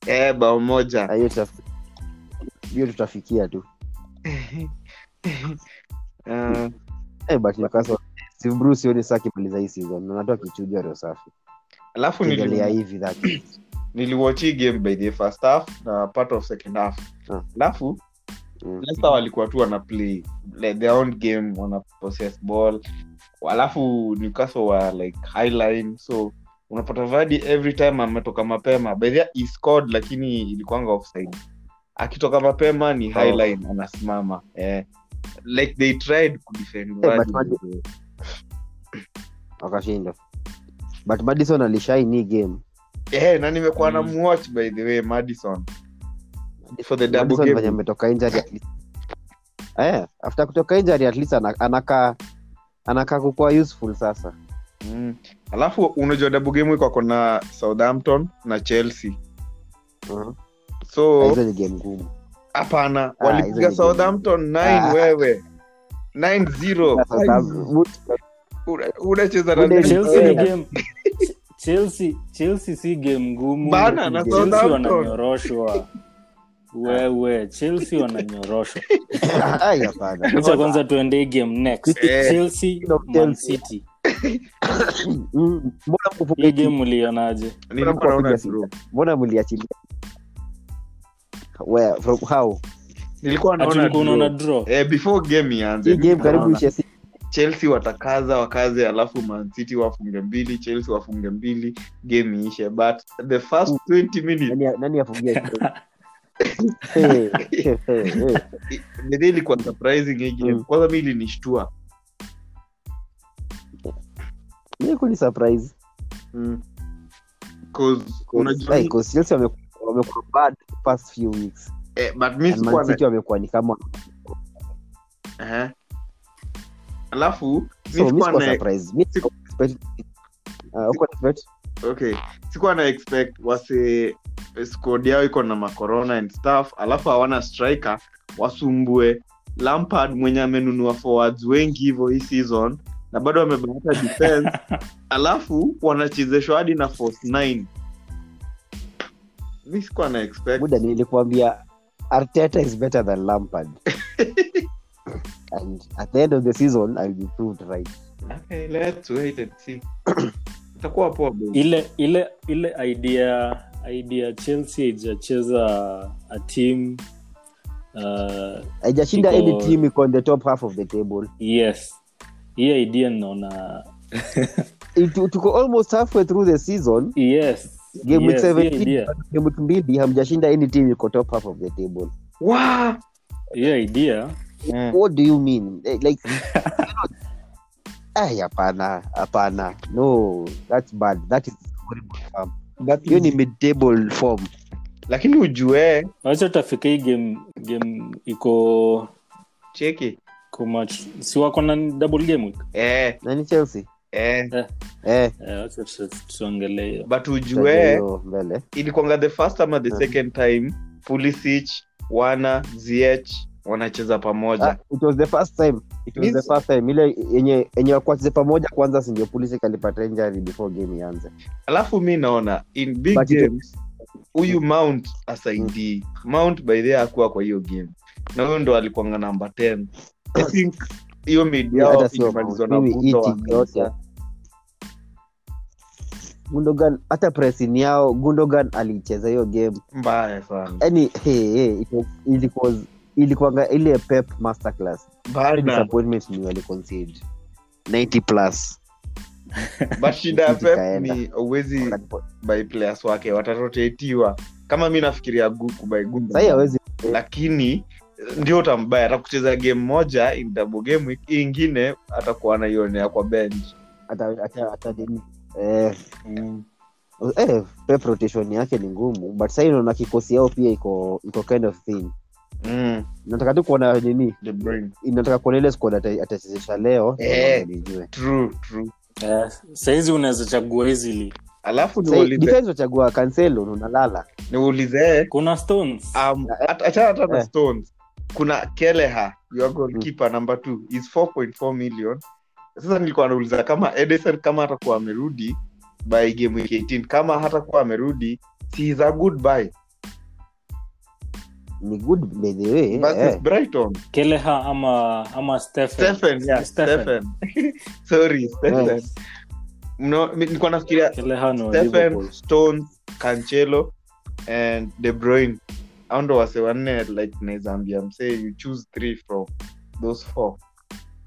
[SPEAKER 2] eh, bao moja
[SPEAKER 3] Ah, hiyo tutaf- hiyo tutafikia tu.
[SPEAKER 2] uh,
[SPEAKER 3] Eh, but Newcastle, Steve Bruce sioni sasa akimaliza hii season. Na anatoa kichujo roho safi.
[SPEAKER 2] alafu
[SPEAKER 3] Ukiangalia
[SPEAKER 2] nili,
[SPEAKER 3] hivi that is.
[SPEAKER 2] niliwatch hii game by the first half na part of second half
[SPEAKER 3] Ah.
[SPEAKER 2] alafu
[SPEAKER 3] Mm.
[SPEAKER 2] Leicester walikuwa tu wana play like, their own game wana possess ball alafu newcastle wa like highline so unapata vadi every time ametoka mapema bedhia he scored lakini ilikuanga offside akitoka mapema ni
[SPEAKER 3] Oh.
[SPEAKER 2] highline anasimama eh. like they tried kudefend
[SPEAKER 3] Eh,
[SPEAKER 2] Vardy.
[SPEAKER 3] but- wakashindwa but madison alishaini game
[SPEAKER 2] eh, na nimekuwa na
[SPEAKER 1] Mm.
[SPEAKER 2] muwatch by the way madison for the double
[SPEAKER 3] Madison venye
[SPEAKER 2] game
[SPEAKER 3] ametoka injury at least eh after kutoka injury at least ana- anakaa anakaa kukuwa useful sasa
[SPEAKER 2] mm. alafu unajua double game iko kona southampton na chelsea
[SPEAKER 3] Mhm. Na
[SPEAKER 2] so
[SPEAKER 3] hizo ni game ngumu
[SPEAKER 2] hapana
[SPEAKER 3] Ah, hizo ni
[SPEAKER 2] walipiga
[SPEAKER 3] game.
[SPEAKER 2] southampton 9
[SPEAKER 3] Ah.
[SPEAKER 2] wewe
[SPEAKER 1] Oh.
[SPEAKER 2] 9-0.
[SPEAKER 3] Sasa Southampton- Wood-
[SPEAKER 2] Una- unacheza na
[SPEAKER 3] Wood-
[SPEAKER 1] chelsea ni
[SPEAKER 3] Yeah.
[SPEAKER 1] game Ch- chelsea chelsea si game ngumu
[SPEAKER 2] Bana, na
[SPEAKER 1] Chelsea
[SPEAKER 2] Southampton.
[SPEAKER 1] wananyoroshwa wewe chelsea wananyoroshwa
[SPEAKER 3] Ai, hapana.
[SPEAKER 1] acha kwanza tuende hii game next
[SPEAKER 2] Eh.
[SPEAKER 1] chelsea
[SPEAKER 3] No,
[SPEAKER 1] man
[SPEAKER 3] Chelsea.
[SPEAKER 1] city
[SPEAKER 3] Mm, mbona mkufunga
[SPEAKER 1] hii
[SPEAKER 3] hii?
[SPEAKER 1] game mlionaje
[SPEAKER 2] nilikuwa
[SPEAKER 3] Kuna
[SPEAKER 2] naona
[SPEAKER 3] mkono
[SPEAKER 2] draw.
[SPEAKER 3] mbona mliachilia Where? from how
[SPEAKER 2] nilikuwa
[SPEAKER 1] Ati
[SPEAKER 2] naona
[SPEAKER 1] ulikuwa
[SPEAKER 2] draw.
[SPEAKER 1] unaona draw
[SPEAKER 2] Eh, before game ianze
[SPEAKER 3] hii game
[SPEAKER 2] nilikuwa
[SPEAKER 3] karibu
[SPEAKER 2] Yaani naona
[SPEAKER 3] ishe si
[SPEAKER 2] chelsea watakaza wakaze alafu mancity wafunge mbili chelsea wafunge mbili game iishe but the first 20 minutes
[SPEAKER 3] nani nani afungia hey, hey, hey.
[SPEAKER 2] Mede ilikuwa surprising hii game.
[SPEAKER 3] Mm.
[SPEAKER 2] kwanza mi ilinishtua
[SPEAKER 3] Mimi kuni surprise
[SPEAKER 2] 'Cause unajua
[SPEAKER 3] Like, 'cause Chelsea wame- wamekuwa bad past few weeks
[SPEAKER 2] eh, but mi
[SPEAKER 3] And Man
[SPEAKER 2] sikuwa na-
[SPEAKER 3] City wamekuwa ni kama
[SPEAKER 2] Aha. alafu mi
[SPEAKER 3] so mi
[SPEAKER 2] sikuwa
[SPEAKER 3] sikuwa
[SPEAKER 2] na
[SPEAKER 3] surprised. Mi sikuwa expect- Ah, hukuwa expect?
[SPEAKER 2] okay sikuwa na expect wase squad yao iko na macorona and stuff alafu hawana striker wasumbue lampard mwenye amenunua forwards wengi hivyo hii season na bado wamebahata defense alafu wanachezeshwa hadi na force 9 mi sikuwa na expect
[SPEAKER 3] Buda, nilikuambia arteta is better than lampard and at the end of the season I'll be proved right
[SPEAKER 2] okay, let's wait and see itakuwa poa bro.
[SPEAKER 1] ile ile ile idea idea chelsea haijacheza a team uh,
[SPEAKER 3] haijashinda
[SPEAKER 1] Iko-
[SPEAKER 3] any team iko on the top half of the table
[SPEAKER 1] yes hii idea naona
[SPEAKER 3] It- tuko almost halfway through the season
[SPEAKER 1] yes
[SPEAKER 3] game week
[SPEAKER 1] Yes, hiyo
[SPEAKER 3] 17
[SPEAKER 1] idea-
[SPEAKER 3] game week mbili hamjashinda any team iko top half of the table
[SPEAKER 2] Wow.
[SPEAKER 1] hiyo idea eh,
[SPEAKER 3] what do you mean Eh, like ay hapana hapana no that's bad that is horrible form. hiyo ni mid table form
[SPEAKER 2] lakini ujue
[SPEAKER 1] wacha utafika hii game game iko
[SPEAKER 2] cheki
[SPEAKER 1] kumach si wako na double game week
[SPEAKER 2] eh,
[SPEAKER 3] nani chelsea
[SPEAKER 2] eh.
[SPEAKER 3] eh
[SPEAKER 1] eh, wacha tu- tuongelee hiyo
[SPEAKER 2] but
[SPEAKER 3] tuanze
[SPEAKER 2] ujue
[SPEAKER 3] hiyo mbele
[SPEAKER 2] ilikwanga the first ama the
[SPEAKER 3] Mm.
[SPEAKER 2] second time pulisic wana zh wanacheza
[SPEAKER 3] ah,
[SPEAKER 2] pamoja
[SPEAKER 3] it was the first time it was the
[SPEAKER 2] Means-
[SPEAKER 3] first time ile yenye yenye wakuacheze pamoja kwanza sindio pulisi kalipata injury before game ianze
[SPEAKER 2] alafu mi naona in big
[SPEAKER 3] But it-
[SPEAKER 2] games huyu mount asaidii mount by the akuwa kwa hiyo game na huyo ndo alikwanga namba 10 i think hiyo mid yao
[SPEAKER 3] Hata sio
[SPEAKER 2] ilimalizwa na
[SPEAKER 3] Mount. Mimi
[SPEAKER 2] vuto wa
[SPEAKER 3] iti yote.
[SPEAKER 2] kabisa.
[SPEAKER 3] gundogan hata pressing yao gundogan alicheza hiyo game
[SPEAKER 2] mbaya sana
[SPEAKER 3] yani hey, hey, it was- it was- ilikuwanga ile pep masterclass Ile
[SPEAKER 2] Bana.
[SPEAKER 3] disappointment ni waliconcede 90 plus
[SPEAKER 2] but shida ya
[SPEAKER 3] Iti
[SPEAKER 2] pep
[SPEAKER 3] kaenda.
[SPEAKER 2] ni uwezi by players wake watarotetiwa kama mi nafikiria guku by Gundogan.
[SPEAKER 3] sahii awezi
[SPEAKER 2] lakini eh, ndio utambaya atakucheza game moja in double game week hii ingine atakuwa anaionea kwa bench
[SPEAKER 3] atadini eh,
[SPEAKER 2] Mm.
[SPEAKER 3] eh, pep rotation yake ni ngumu but sahii naona kikosi yao pia iko iko kind of thing
[SPEAKER 2] mm.
[SPEAKER 3] nataka tu kuona nini
[SPEAKER 2] De Bruyne.
[SPEAKER 3] nataka kuona ile squad ata- atachezesha leo
[SPEAKER 2] Eh.
[SPEAKER 3] nijue
[SPEAKER 2] True, true.
[SPEAKER 1] eh, sahizi unaweza chagua easily
[SPEAKER 2] alafu
[SPEAKER 3] Sahii,
[SPEAKER 2] niulize
[SPEAKER 3] defense wachagua cancelo unalala
[SPEAKER 2] niulize
[SPEAKER 1] kuna stones
[SPEAKER 2] um, at- achana hata na
[SPEAKER 3] Eh.
[SPEAKER 2] stones kuna keleha your goalkeeper number 2 is 4.4 million sasa nilikuwa nauliza kama edison kama hatakuwa amerudi by game week 18 kama hatakuwa amerudi si is a good buy
[SPEAKER 3] ni good by the way
[SPEAKER 2] versus
[SPEAKER 3] eh.
[SPEAKER 2] brighton
[SPEAKER 1] keleha ama ama stephen
[SPEAKER 2] stephen yeah,
[SPEAKER 1] Stephen.
[SPEAKER 2] stephen sorry stephen Mno- mi- nilikuwa nafikiria
[SPEAKER 1] keleha no
[SPEAKER 2] stephen stones cancelo and de bruyne au ndo wase wanne like naizambia msee you choose three from those four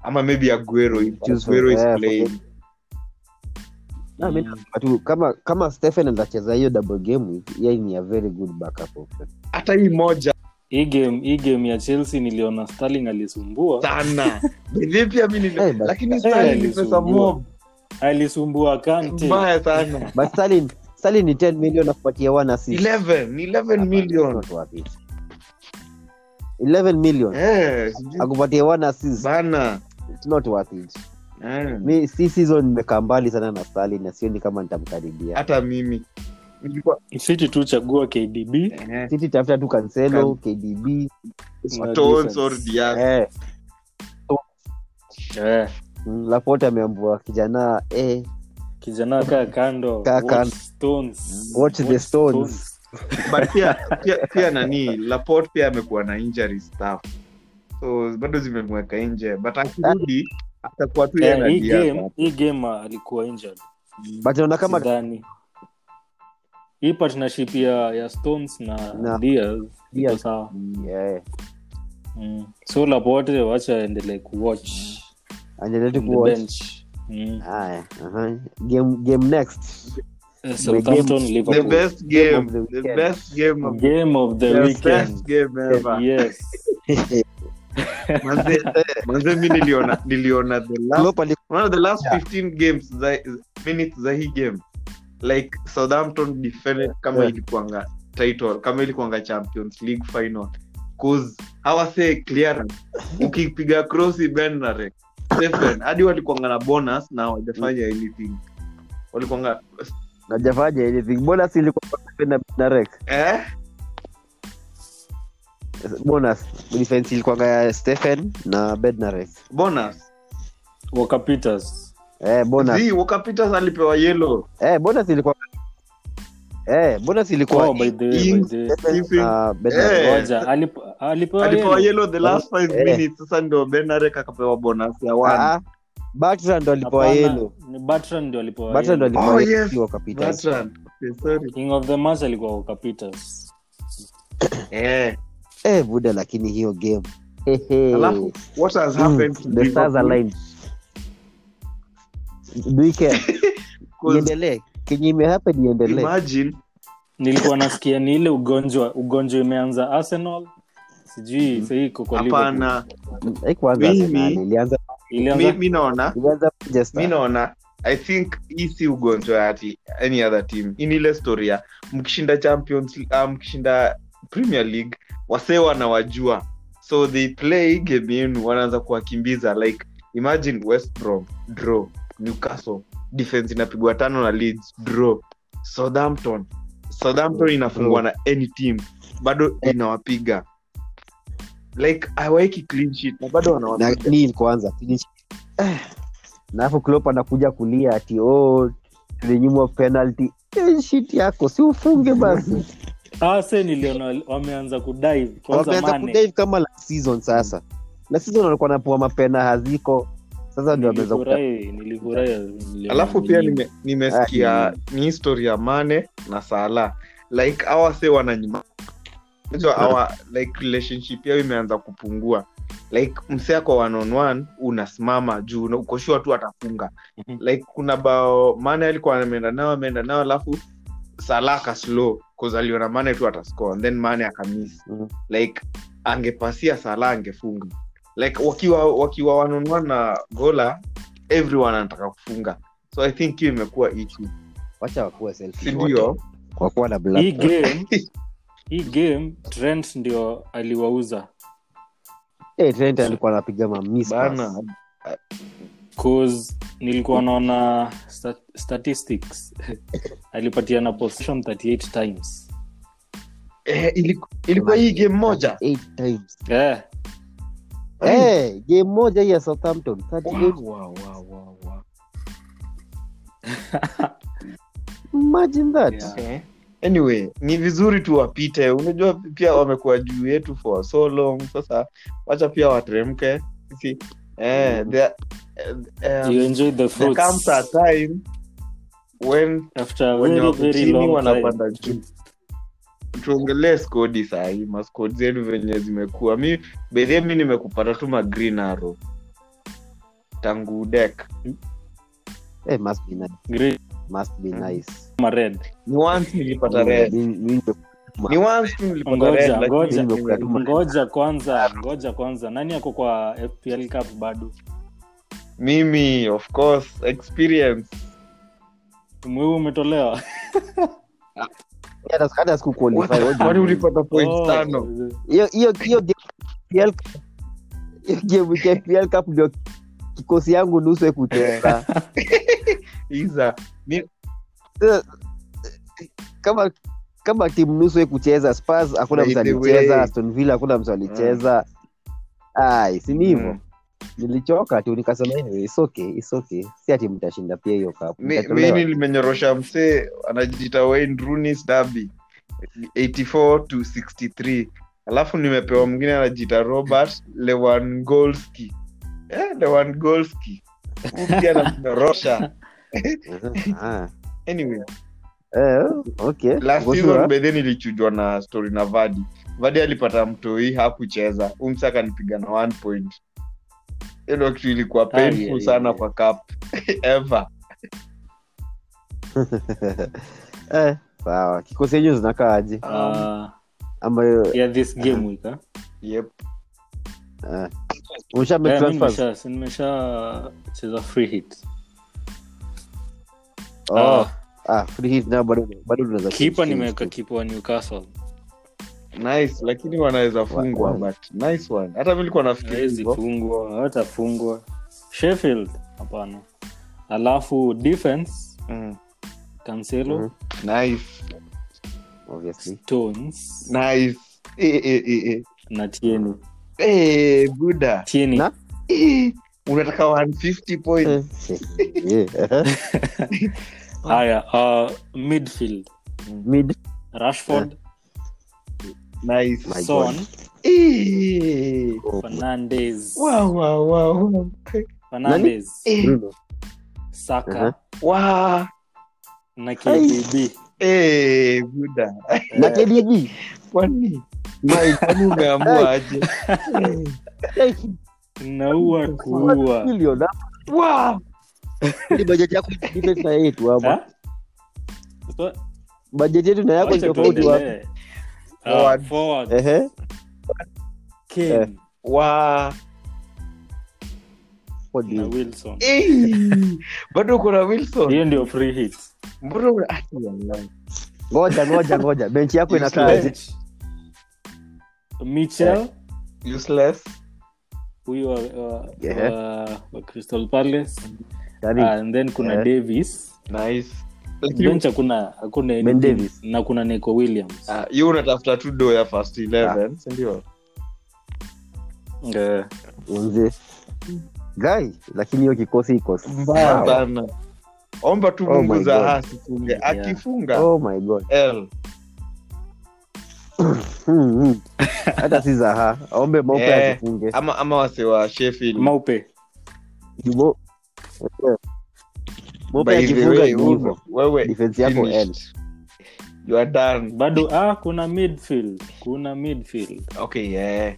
[SPEAKER 2] ama maybe aguero if
[SPEAKER 3] Choose
[SPEAKER 2] aguero
[SPEAKER 3] from- yeah,
[SPEAKER 2] is playing
[SPEAKER 3] Na mimi nasema tu, kama kama stephen atacheza hiyo double game week yeye ni a very good backup option
[SPEAKER 2] hata hii moja
[SPEAKER 1] hii game hii game ya chelsea niliona starling alisumbua
[SPEAKER 2] sana bedhi pia mi nili-
[SPEAKER 3] Eh, but-
[SPEAKER 2] lakini
[SPEAKER 1] eh,
[SPEAKER 2] Sterling ni pesa
[SPEAKER 1] alisumbua.
[SPEAKER 2] mob
[SPEAKER 1] alisumbua kante
[SPEAKER 2] mbaya sana
[SPEAKER 3] but stalin stalin ni 10 million akupatia one assist
[SPEAKER 2] 11 ni 11 million
[SPEAKER 3] Watu wapi? 11 million
[SPEAKER 2] eh sijui
[SPEAKER 3] akupatia one assist
[SPEAKER 2] bana
[SPEAKER 3] it's not worth it
[SPEAKER 2] eh.
[SPEAKER 3] mi si season nimekaa mbali sana na stalin na sioni kama nitamkaribia
[SPEAKER 2] hata mimi nilikuwa
[SPEAKER 1] siti tu chagua kdb
[SPEAKER 2] eh,
[SPEAKER 3] city tafuta tu cancelo kdb
[SPEAKER 2] Stones or Diaz.
[SPEAKER 3] eh.
[SPEAKER 1] Eh,
[SPEAKER 3] Mm, laporte ameambua kijana eh.
[SPEAKER 1] kijana kaa kando
[SPEAKER 3] Kaa
[SPEAKER 1] Watch
[SPEAKER 3] kando.
[SPEAKER 1] stones.
[SPEAKER 3] Watch the
[SPEAKER 1] Watch
[SPEAKER 3] stones.
[SPEAKER 2] but pia, pia, pia nani laport pia amekuwa na injury stuff so bado zimemweka nje but akirudi atakuwa tu yeye
[SPEAKER 1] Eh,
[SPEAKER 2] na
[SPEAKER 1] hii
[SPEAKER 2] Diaz
[SPEAKER 1] game-
[SPEAKER 2] hapo.
[SPEAKER 1] hii game ah, alikuwa injured
[SPEAKER 3] but naona Ah, kama
[SPEAKER 1] Sidhani. hii partnership ya, ya stones na
[SPEAKER 3] Na-
[SPEAKER 1] Diaz
[SPEAKER 3] Diaz.
[SPEAKER 1] iko sawa
[SPEAKER 3] yeah.
[SPEAKER 1] mm. so lapote wacha aendelee kuwatch
[SPEAKER 3] Endelee tu
[SPEAKER 1] from the
[SPEAKER 3] kuwatch.
[SPEAKER 1] bench. Mm.
[SPEAKER 3] Haya, aha. game game next
[SPEAKER 1] Eh, Southampton,
[SPEAKER 3] game-
[SPEAKER 2] the
[SPEAKER 1] Liverpool.
[SPEAKER 2] best
[SPEAKER 3] Game
[SPEAKER 2] game
[SPEAKER 3] of the
[SPEAKER 2] the
[SPEAKER 3] weekend.
[SPEAKER 2] best game of
[SPEAKER 1] game of the
[SPEAKER 2] the best
[SPEAKER 1] weekend
[SPEAKER 2] game ever
[SPEAKER 1] yes
[SPEAKER 2] manze eh, manze mi niliona niliona the last
[SPEAKER 3] Klopp ali-
[SPEAKER 2] one of the last
[SPEAKER 3] Yeah.
[SPEAKER 2] 15 games za minutes za hii game like southampton defended kama
[SPEAKER 3] Yeah.
[SPEAKER 2] ilikuanga title kama ilikuanga champions league final cause hawasee clearance ukipiga crossi benare Stephen, hadi walikuanga na bonus na hawajafanya anything walikuanga
[SPEAKER 3] hajafanya anything. bonus ilikuwa na- na rec
[SPEAKER 2] eh?
[SPEAKER 3] bonus defense ilikuwanga ya stephen na bednarek
[SPEAKER 2] bonus
[SPEAKER 1] Walker Peters.
[SPEAKER 3] eh, bonus
[SPEAKER 2] Zii, Walker Peters alipewa yellow
[SPEAKER 3] eh, bonus ilikuwa eh, bonus ilikuwa
[SPEAKER 1] Oh, by the way, by
[SPEAKER 2] Ings-
[SPEAKER 1] the way.
[SPEAKER 3] Stephen
[SPEAKER 2] Stephen.
[SPEAKER 3] na Bednarek.
[SPEAKER 2] Eh.
[SPEAKER 1] Ngoja, alip- alipewa yellow.
[SPEAKER 2] alipewa yellow the last five
[SPEAKER 3] Eh.
[SPEAKER 2] minutes sasa ndio benarek akapewa bonus ya one
[SPEAKER 3] Ah, ah. Bertrand ndo alipewa
[SPEAKER 1] Hapana,
[SPEAKER 3] yellow
[SPEAKER 1] ni Bertrand ndio alipewa
[SPEAKER 3] Bertrand ndo
[SPEAKER 1] yellow.
[SPEAKER 3] alipewa
[SPEAKER 2] Oh,
[SPEAKER 3] yellow,
[SPEAKER 2] yes.
[SPEAKER 3] si Walker Peters.
[SPEAKER 2] Bertrand. Okay, sorry.
[SPEAKER 1] king of the match alikuwa Walker Peters.
[SPEAKER 2] Eh,
[SPEAKER 3] eh, buda lakini hiyo game Hey, hey.
[SPEAKER 2] Alafu, what has happened to
[SPEAKER 3] Mm, the stars
[SPEAKER 2] Liverpool?
[SPEAKER 3] aligned. Weekend.
[SPEAKER 2] Because
[SPEAKER 3] Iendelee. kenye imehappen iendelee
[SPEAKER 2] imagine
[SPEAKER 1] nilikuwa nasikia ni ile ugonjwa ugonjwa imeanza arsenal sijui
[SPEAKER 3] Mhm.
[SPEAKER 1] sahii iko kwa Liverpool.
[SPEAKER 2] hapana
[SPEAKER 3] haikuanza
[SPEAKER 2] Mimi-
[SPEAKER 3] Arsenal, ilianza
[SPEAKER 1] ilianza
[SPEAKER 2] mi, mi naona
[SPEAKER 3] ilianza Manchester.
[SPEAKER 2] mi naona i think hii si ugonjwa ya ati any other team hii ni ile story ya mkishinda champions uh, mkishinda premier league wasee wanawajua so they play game yenu wanaanza kuwakimbiza like imagine west brom draw newcastle defense inapigwa tano na leeds draw southampton southampton inafungwa na any team bado inawapiga like awaeki clean sheet na bado
[SPEAKER 3] na
[SPEAKER 2] wanawapiga
[SPEAKER 3] nini kwanza finish. Eh, na alafu Klopp anakuja kulia ati oh, tulinyimwa penalty Eh, shit yako si ufunge basi
[SPEAKER 1] ase niliona wameanza kudive kwanza
[SPEAKER 3] wameanza
[SPEAKER 1] mane
[SPEAKER 3] kudive kama last season sasa na season walikuwa napoa mapena haziko sasa ndio wameanza kuta-
[SPEAKER 1] nilifurahi nilifurahi niliona
[SPEAKER 2] alafu pia
[SPEAKER 1] nini.
[SPEAKER 2] nime, nimesikia
[SPEAKER 3] Ah,
[SPEAKER 2] ni history ya mane na sala like awa se wananyuma Unajua awa like relationship yao imeanza kupungua like msea kwa one on one unasimama juu na uko sure tu atafunga
[SPEAKER 1] Mhm.
[SPEAKER 2] like kuna bao mane alikuwa ameenda nao ameenda nao alafu salaka slow cause aliona mane tu atascore and then mane akamis
[SPEAKER 3] Mhm.
[SPEAKER 2] like angepasia sala angefunga like wakiwa wakiwa one on one na gola everyone anataka kufunga so i think hiyo imekuwa issue
[SPEAKER 3] wacha wakuwe selfish
[SPEAKER 2] sindio
[SPEAKER 3] wote, wakuwa na
[SPEAKER 1] hii
[SPEAKER 3] black
[SPEAKER 1] game hii game trent ndio aliwauza
[SPEAKER 3] eh, Trent alikuwa anapiga ma miss
[SPEAKER 2] bana
[SPEAKER 3] pass.
[SPEAKER 1] cause nilikuwa naona stat- statistics alipatiana possession 38 times
[SPEAKER 2] eh, iliku- ilikuwa hii game moja
[SPEAKER 3] Eight times
[SPEAKER 1] yeah.
[SPEAKER 3] eh, game moja hii ya Southampton
[SPEAKER 2] Oh.
[SPEAKER 3] 38 imagine that
[SPEAKER 2] Yeah. anyway ni vizuri tu wapite unajua pia wamekuwa juu yetu for so long sasa wacha pia wateremke Sisi, eh,
[SPEAKER 3] Mm.
[SPEAKER 2] there- eh, eh,
[SPEAKER 1] you enjoy the
[SPEAKER 2] there comes
[SPEAKER 1] fruits
[SPEAKER 2] a time when
[SPEAKER 1] after a
[SPEAKER 2] wenye
[SPEAKER 1] very
[SPEAKER 2] wako
[SPEAKER 1] very
[SPEAKER 2] chini
[SPEAKER 1] long time
[SPEAKER 2] wanapanda juu tuongelee skodi sahii maskod zenu venye zimekuwa mi bedhie mi nimekupata tu ma green arrow tangu dek
[SPEAKER 3] eh, must be nice
[SPEAKER 1] Great,
[SPEAKER 3] must be
[SPEAKER 2] Mm.
[SPEAKER 3] nice
[SPEAKER 1] ama red
[SPEAKER 2] ni once nilipata
[SPEAKER 3] Mimi-
[SPEAKER 2] red
[SPEAKER 3] mimi- mimi-
[SPEAKER 2] ni once tu nilipata
[SPEAKER 1] Ngoja,
[SPEAKER 2] red lakini
[SPEAKER 1] ngoja.
[SPEAKER 2] nimekula tu ma-
[SPEAKER 1] ngoja kwanza ngoja kwanza nani ako kwa fpl cup bado
[SPEAKER 2] mimi of course experience
[SPEAKER 1] mwewe umetolewa
[SPEAKER 3] hata- hata sikuqualify, what do you
[SPEAKER 2] kwani
[SPEAKER 3] mean?
[SPEAKER 2] ulipata point
[SPEAKER 1] Oh,
[SPEAKER 2] tano
[SPEAKER 3] hiyo hiyo hiyo game hiyo game ya PL Cup ndio kikosi yangu nusu kucheza
[SPEAKER 2] iza
[SPEAKER 3] kama kama timu nusu kucheza Spurs hakuna
[SPEAKER 2] By
[SPEAKER 3] mtu
[SPEAKER 2] the
[SPEAKER 3] alicheza
[SPEAKER 2] way.
[SPEAKER 3] Aston Villa hakuna mtu alicheza ai si ni hivyo
[SPEAKER 2] Mm.
[SPEAKER 3] nilichoka tu nikasema hivi it's okay it's okay si ati mtashinda pia hiyo cup
[SPEAKER 2] Mi- mi
[SPEAKER 3] Mtatolewa.
[SPEAKER 2] nilimenyorosha msee anajita Wayne Rooney derby 84 to 63 alafu nimepewa mwingine anajita Robert Lewandowski eh, Lewandowski Huyu pia anamenyorosha
[SPEAKER 3] Ah,
[SPEAKER 2] anyway
[SPEAKER 3] eh, okay
[SPEAKER 2] last
[SPEAKER 3] Uko
[SPEAKER 2] season
[SPEAKER 3] sure?
[SPEAKER 2] bedhe nilichujwa na story na Vardy Vardy alipata mtoi hakucheza umsa akanipiga na one point hiyo ndio kitu ilikuwa
[SPEAKER 1] Ai,
[SPEAKER 2] painful
[SPEAKER 1] ai,
[SPEAKER 2] sana
[SPEAKER 1] ai.
[SPEAKER 2] kwa cup ever
[SPEAKER 3] eh, sawa kikosi yenyewe zinakaaje
[SPEAKER 2] um,
[SPEAKER 1] Uh,
[SPEAKER 3] ama
[SPEAKER 1] yeah, this game week, huh?
[SPEAKER 2] yep.
[SPEAKER 3] Ah. Umesha make
[SPEAKER 1] Yeah, Eh, mi
[SPEAKER 3] transfers?
[SPEAKER 1] nimesha- si nimesha cheza free hit
[SPEAKER 3] Oh, ah, free hit nao bado bado tunaweza
[SPEAKER 1] kipa
[SPEAKER 3] kucheza.
[SPEAKER 1] nimeweka kipa wa newcastle
[SPEAKER 2] nice lakini wanaweza fungwa
[SPEAKER 3] wa-
[SPEAKER 2] but nice one hata mi nilikuwa nafikiri
[SPEAKER 1] hawezi
[SPEAKER 2] hivyo.
[SPEAKER 1] fungwa hatafungwa sheffield hapana alafu defense
[SPEAKER 2] Mm.
[SPEAKER 1] cancelo
[SPEAKER 3] Mhm.
[SPEAKER 2] nice
[SPEAKER 3] Obviously.
[SPEAKER 1] stones
[SPEAKER 2] nice Eh, eh, eh, eh.
[SPEAKER 1] na tieni
[SPEAKER 2] Eh, buda
[SPEAKER 1] tieni
[SPEAKER 3] Mhm. Na?
[SPEAKER 2] Eh, unataka 150 point
[SPEAKER 3] Eh, yeah.
[SPEAKER 1] haya uh, midfield
[SPEAKER 3] Mid-
[SPEAKER 1] rashford
[SPEAKER 2] nice
[SPEAKER 3] Eh, My
[SPEAKER 1] son
[SPEAKER 3] God.
[SPEAKER 2] Eh,
[SPEAKER 3] oh,
[SPEAKER 1] fernandez
[SPEAKER 2] wow, wow, wow, wow.
[SPEAKER 1] fernandez
[SPEAKER 2] Eh,
[SPEAKER 3] Bruno.
[SPEAKER 1] saka
[SPEAKER 3] Mhm.
[SPEAKER 2] wow.
[SPEAKER 1] na kbb
[SPEAKER 2] Eh, buda
[SPEAKER 3] Na KDB.
[SPEAKER 2] kwani
[SPEAKER 3] My-
[SPEAKER 2] kwani umeamua aje Eh,
[SPEAKER 3] Hey,
[SPEAKER 1] naua kuua
[SPEAKER 3] million, ah.
[SPEAKER 2] wow.
[SPEAKER 1] Eh?
[SPEAKER 3] Ni budget yako ni pesa yetu ama.
[SPEAKER 1] Ha? So,
[SPEAKER 3] bajeti yetu na yako ni
[SPEAKER 1] wacha
[SPEAKER 3] tofauti wapi
[SPEAKER 1] tuendelee. Ah,
[SPEAKER 2] Forward.
[SPEAKER 1] forward,
[SPEAKER 3] Ehe.
[SPEAKER 1] Kane
[SPEAKER 3] Eh.
[SPEAKER 2] wa
[SPEAKER 3] Hodi.
[SPEAKER 1] na Wilson.
[SPEAKER 2] Eh, bado kuna
[SPEAKER 3] Eh.
[SPEAKER 2] wilson
[SPEAKER 1] hiyo ndio free hits
[SPEAKER 2] bado kuna- Ah, wallahi.
[SPEAKER 3] ngoja ngoja ngoja benchi yako ina
[SPEAKER 2] Useless.
[SPEAKER 3] kazi
[SPEAKER 1] Mitchell
[SPEAKER 2] useless
[SPEAKER 1] huyu wa, wa,
[SPEAKER 3] Yeah.
[SPEAKER 1] wa, wa Crystal Palace Ah,
[SPEAKER 3] Tariq,
[SPEAKER 1] and then kuna
[SPEAKER 3] Yeah.
[SPEAKER 1] Davis
[SPEAKER 2] nice Lakini,
[SPEAKER 1] bench hakuna hakuna
[SPEAKER 3] Ben
[SPEAKER 1] anything.
[SPEAKER 3] Davis.
[SPEAKER 1] na kuna Nico Williams
[SPEAKER 2] ah, hiyo unatafuta tu do ya first
[SPEAKER 3] Ah,
[SPEAKER 2] 11 si ndio
[SPEAKER 1] Eh,
[SPEAKER 3] mzee gai lakini hiyo kikosi iko
[SPEAKER 2] mbaya
[SPEAKER 3] sawa.
[SPEAKER 2] sana omba tu
[SPEAKER 3] Oh
[SPEAKER 2] mungu
[SPEAKER 3] my
[SPEAKER 2] za
[SPEAKER 3] God.
[SPEAKER 2] hasi funge
[SPEAKER 1] Yeah.
[SPEAKER 2] akifunga
[SPEAKER 3] oh my god
[SPEAKER 2] L.
[SPEAKER 3] Hmm, hmm. hata si zaha aombe maupe
[SPEAKER 2] Eh.
[SPEAKER 3] asifunge
[SPEAKER 2] ama ama wase wa Sheffield.
[SPEAKER 1] Maupe
[SPEAKER 3] Jumo- Eh. maupe
[SPEAKER 2] By the
[SPEAKER 3] akifunga
[SPEAKER 2] way,
[SPEAKER 3] ni hivyo.
[SPEAKER 2] wewe
[SPEAKER 3] defense yako
[SPEAKER 2] finished.
[SPEAKER 3] L.
[SPEAKER 2] You are done.
[SPEAKER 1] bado ah, kuna midfield kuna midfield
[SPEAKER 2] Okay, yeah.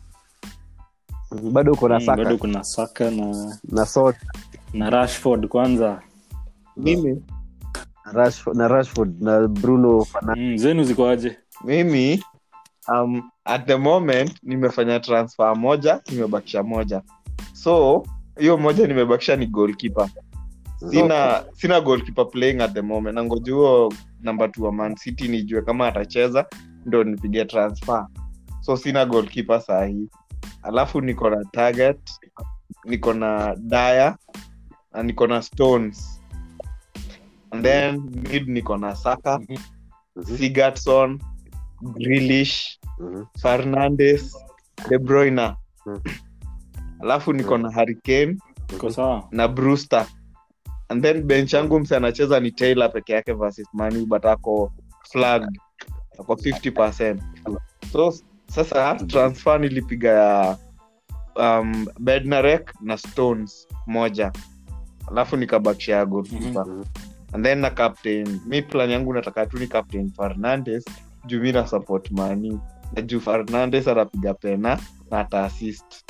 [SPEAKER 3] bado uko na
[SPEAKER 1] Mm, bado
[SPEAKER 3] saka
[SPEAKER 1] kuna Saka na
[SPEAKER 3] na Sot,
[SPEAKER 1] na Rashford kwanza
[SPEAKER 2] Mimi
[SPEAKER 3] na Rashford- na rashford na bruno Fernandes.
[SPEAKER 1] mm, zenu zikoaje
[SPEAKER 2] mimi um, at the moment nimefanya transfer moja, nimebakisha moja. So hiyo moja nimebakisha ni goalkeeper. Sina sina goalkeeper playing at the moment. Nangoja huo number 2 wa Man City nijue kama atacheza ndo nipige transfer. So sina goalkeeper sahi. Alafu niko na target, niko na Dyer na niko na Stones. And then mid niko na Saka,
[SPEAKER 3] Mhm,
[SPEAKER 2] Sigurdsson, Grealish,
[SPEAKER 3] mhm.
[SPEAKER 2] Fernandes, De Bruyne.
[SPEAKER 3] Mm.
[SPEAKER 2] Alafu niko na Harry Kane
[SPEAKER 1] iko sawa
[SPEAKER 2] na Brewster. And then bench yangu mse anacheza ni Taylor peke yake versus Manu but ako flag ako 50%. So sasa transfer nilipiga ya um, Bednarek na Stones moja. Alafu nikabakisha ya goalkeeper.
[SPEAKER 3] Mhm.
[SPEAKER 2] And then na captain mi plan yangu nataka tu ni captain Fernandes juu mi na support Manu. Na juu Fernandes atapiga pena na ataassist.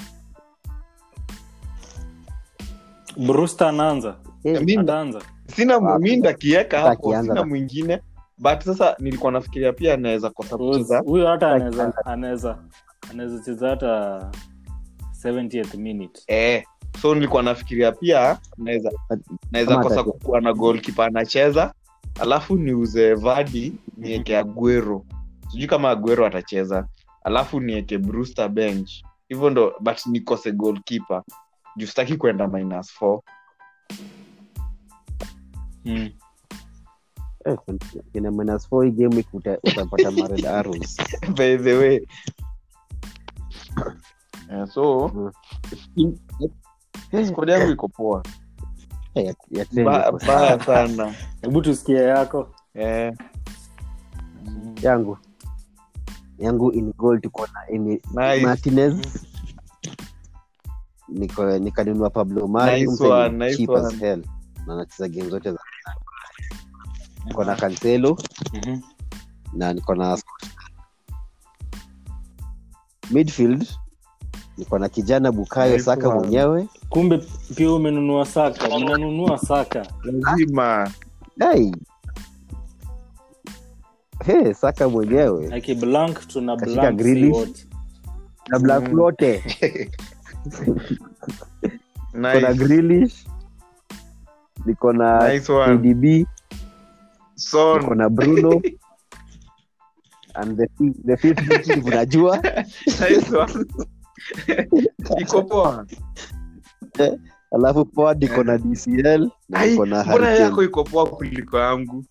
[SPEAKER 1] Brewster anaanza
[SPEAKER 3] Eh,
[SPEAKER 2] Mi
[SPEAKER 1] ataanza
[SPEAKER 2] sina
[SPEAKER 3] Wapi?
[SPEAKER 2] mi ndakieka
[SPEAKER 3] Hata
[SPEAKER 2] hapo
[SPEAKER 3] akianza
[SPEAKER 2] sina
[SPEAKER 3] na-
[SPEAKER 2] mwingine but sasa nilikuwa nafikiria pia anaweza kosa kucheza
[SPEAKER 1] huyo hata anaweza anaweza anaweza cheza hata 70th minute
[SPEAKER 2] eh, so nilikuwa nafikiria pia naweza naweza
[SPEAKER 3] Kama
[SPEAKER 2] kosa
[SPEAKER 3] atacheza.
[SPEAKER 2] kukuwa na goalkeeper anacheza alafu niuze vadi
[SPEAKER 3] Mm-hmm.
[SPEAKER 2] nieke agwero sijui kama agwero atacheza alafu nieke brewster bench hivyo ndo but nikose goalkeeper juu sitaki kwenda minus four
[SPEAKER 1] mm.
[SPEAKER 3] eh, kina minus four hii game week uta- utapata mared arrows
[SPEAKER 2] by the way Eh, so
[SPEAKER 3] Mm.
[SPEAKER 2] squad yangu iko poa
[SPEAKER 3] Eh, ya- ya trend
[SPEAKER 2] Ba-
[SPEAKER 3] iko sawa.
[SPEAKER 2] baya sana
[SPEAKER 1] hebu tusikie yako
[SPEAKER 2] Eh,
[SPEAKER 3] yangu yangu in goal tuko na Emi-
[SPEAKER 2] Nice.
[SPEAKER 3] martinez niko nikanunua pablo Mari,
[SPEAKER 2] Nice
[SPEAKER 3] mse ni
[SPEAKER 2] one, nice
[SPEAKER 3] cheap as
[SPEAKER 2] one.
[SPEAKER 3] hell. na nacheza game zote za niko na cancelo
[SPEAKER 1] Mhm.
[SPEAKER 3] na niko na midfield niko na kijana bukayo
[SPEAKER 2] Nice
[SPEAKER 3] saka
[SPEAKER 2] one.
[SPEAKER 3] mwenyewe
[SPEAKER 1] kumbe pia umenunua saka mnanunua saka
[SPEAKER 2] lazima
[SPEAKER 3] Dai. Hey, saka mwenyewe
[SPEAKER 1] aki blank tuna
[SPEAKER 3] Katika
[SPEAKER 1] blank si
[SPEAKER 3] Grealish.
[SPEAKER 1] wote.
[SPEAKER 3] na black
[SPEAKER 2] Mm.
[SPEAKER 3] lote niko na
[SPEAKER 2] nice,
[SPEAKER 3] Grealish, niko na
[SPEAKER 2] nice one
[SPEAKER 3] KDB, niko
[SPEAKER 2] son
[SPEAKER 3] na bruno and the, fi- the fifth midfield unajua
[SPEAKER 2] nice one iko poa
[SPEAKER 3] alafu poa niko na dcl na
[SPEAKER 2] Ai,
[SPEAKER 3] niko na Harry
[SPEAKER 2] mbona
[SPEAKER 3] Kane.
[SPEAKER 2] yako iko poa kuliko yangu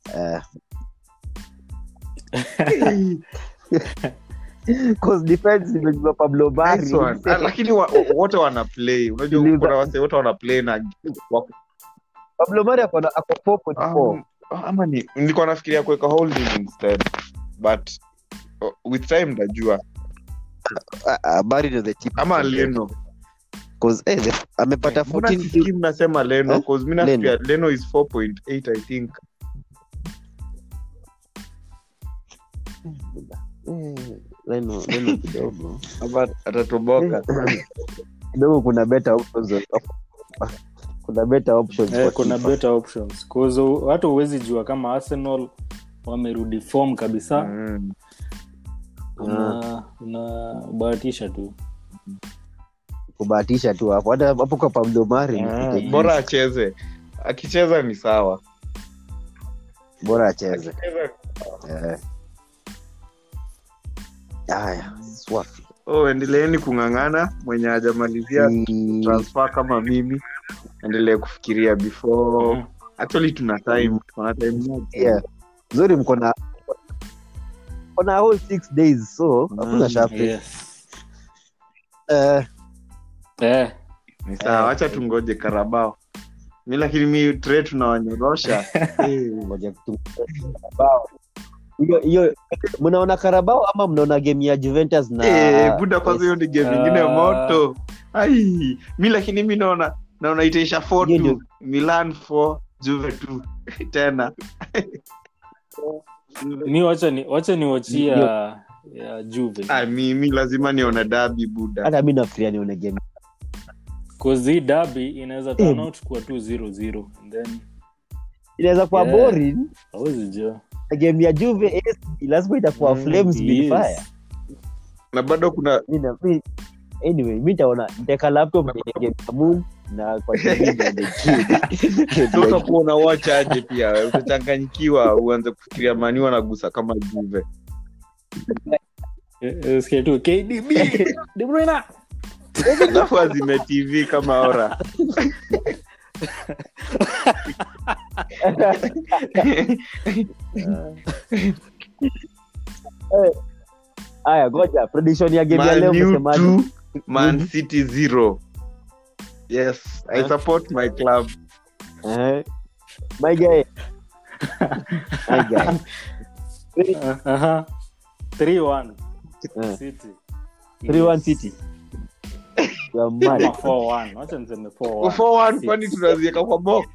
[SPEAKER 3] Eh, cause defense nimejua pablo Eh, Mari.
[SPEAKER 2] Nice one. Ah, lakini wa- wa- wote wana play unajua
[SPEAKER 3] Niliuza-
[SPEAKER 2] kuna wase wote wana play na wako-
[SPEAKER 3] pablo mari ako na- ako four point four.
[SPEAKER 2] um, ama ni nilikuwa nafikiria kuweka holding instead but oh, with time najua
[SPEAKER 3] Ah, ah, Mari ndio the cheapest
[SPEAKER 2] ama
[SPEAKER 3] one.
[SPEAKER 2] leno
[SPEAKER 3] 'Cause, eh, the- amepata
[SPEAKER 2] Mbona
[SPEAKER 3] 14
[SPEAKER 2] sisikii mnasema leno
[SPEAKER 3] Eh?
[SPEAKER 2] cause mi nafikiria leno is 4.8 i think
[SPEAKER 3] Eh, Leno- Leno kidogo
[SPEAKER 2] ama atatoboka
[SPEAKER 3] Eh, kidogo kuna better options on- kuna better options
[SPEAKER 1] Eh,
[SPEAKER 3] kwa
[SPEAKER 1] kuna
[SPEAKER 3] keeper.
[SPEAKER 1] better options 'Cause hata huwezi jua kama arsenal wamerudi form
[SPEAKER 3] Eh.
[SPEAKER 1] kabisa
[SPEAKER 2] Mm.
[SPEAKER 1] una unabahatisha tu
[SPEAKER 3] kubahatisha tu hapo hata hapo kwa pablo mari
[SPEAKER 2] Ah,
[SPEAKER 3] nipite
[SPEAKER 2] bora acheze akicheza ni sawa
[SPEAKER 3] juu. bora acheze
[SPEAKER 2] Akicheza-
[SPEAKER 3] Eh. haya swafi
[SPEAKER 2] oh, endeleeni kung'ang'ana mwenye hajamalizia
[SPEAKER 3] Mm,
[SPEAKER 2] transfer kama mimi endelee kufikiria before
[SPEAKER 1] Mhm.
[SPEAKER 2] actually tuna time tuna time moja.
[SPEAKER 3] Mm. yeah. nzuri mko na mko na whole six days so hakuna
[SPEAKER 2] Mm,
[SPEAKER 3] shape
[SPEAKER 1] yes
[SPEAKER 3] Eh,
[SPEAKER 1] eh
[SPEAKER 2] ni sawa acha tungoje karabao mi lakini mi tre tunawanyorosha Eh,
[SPEAKER 3] ngoja tu- Karabao. hiyo hiyo mnaona karabao ama mnaona game ya juventus na
[SPEAKER 2] eh, buda kwanza hiyo ni game ingine
[SPEAKER 1] Ah.
[SPEAKER 2] moto ai mi lakini mi naona naona itaisha
[SPEAKER 3] Hiyo
[SPEAKER 2] 4
[SPEAKER 3] ndio-
[SPEAKER 2] tu milan 4 juve 2 tena
[SPEAKER 1] mi wacha ni wacha niwachie
[SPEAKER 3] Ndio.
[SPEAKER 1] ya, ya juve
[SPEAKER 2] Ah, mi, mi lazima nione dabi buda
[SPEAKER 3] hata mi nafikiria nione game
[SPEAKER 1] Cause hii dabi inaweza turn out kuwa tu 0-0 and then
[SPEAKER 3] inaweza kuwa
[SPEAKER 1] Yeah.
[SPEAKER 3] boring
[SPEAKER 1] hawezi jua
[SPEAKER 3] na game ya juve AC, lazima itakuwa
[SPEAKER 2] Mm,
[SPEAKER 3] flames
[SPEAKER 1] yes.
[SPEAKER 3] Bonfire.
[SPEAKER 2] na bado kuna
[SPEAKER 3] Mi na- mi- anyway mi nitaona nitaweka laptop nione game ya moon na kwa TV nione game. Game
[SPEAKER 2] So
[SPEAKER 3] ya
[SPEAKER 2] utakuwa unawatch aje pia wewe? utachanganyikiwa uanze kufikiria mani wanagusa kama juve
[SPEAKER 1] Eh, eh, sikia tu kdb De Bruyne!
[SPEAKER 2] alafu azime tv kama ora
[SPEAKER 3] Eh, haya ngoja prediction ya game ya
[SPEAKER 2] Man
[SPEAKER 3] leo
[SPEAKER 2] U
[SPEAKER 3] msemaji
[SPEAKER 2] two, man city zero yes i support my club
[SPEAKER 3] Eh. my guy my guy
[SPEAKER 1] Ah, aha. 3-1
[SPEAKER 3] Eh.
[SPEAKER 1] City.
[SPEAKER 3] 3-1 City. you are mad.
[SPEAKER 1] Ama 4-1. Wacha niseme 4-1.
[SPEAKER 2] Forward, kwani tunaziweka kwa box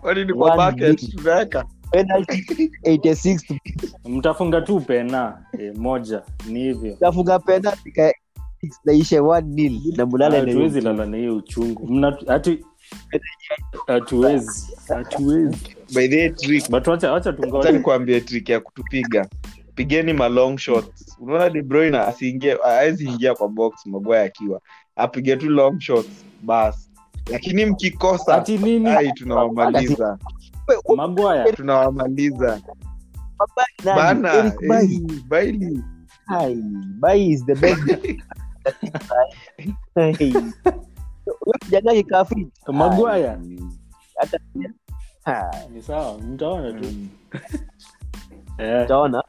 [SPEAKER 2] kwani ni kwa
[SPEAKER 3] One
[SPEAKER 2] bucket
[SPEAKER 3] minute.
[SPEAKER 2] tunaweka
[SPEAKER 3] Penalty 86
[SPEAKER 1] mtafunga tu pena eh, moja ni hivyo
[SPEAKER 3] tafunga penalty ka- naishe 1-0 na mulala
[SPEAKER 1] Ah, hatuwezi lala na hiyo uchungu Mna- hatu- hatuwezi hatuwezi
[SPEAKER 2] by the way, trick
[SPEAKER 1] but wacha wacha
[SPEAKER 2] Acha
[SPEAKER 1] tungoje
[SPEAKER 2] nikuambie trick ya kutupiga pigeni ma long shots unaona de bruyne asiingie hawezi ingia kwa box magwaya akiwa apige tu long shots bas lakini mkikosa
[SPEAKER 1] ati nini
[SPEAKER 2] ai tunawamaliza
[SPEAKER 1] magwaya
[SPEAKER 2] tunawamaliza bana
[SPEAKER 3] Bai
[SPEAKER 2] eh, baili
[SPEAKER 3] Bai is the best. Hey. Huyo kijana akikaa fit,
[SPEAKER 1] magwaya
[SPEAKER 3] hata- Ha, Ah,
[SPEAKER 1] ni sawa mtaona tu
[SPEAKER 2] Mm.
[SPEAKER 1] eh,
[SPEAKER 3] utaona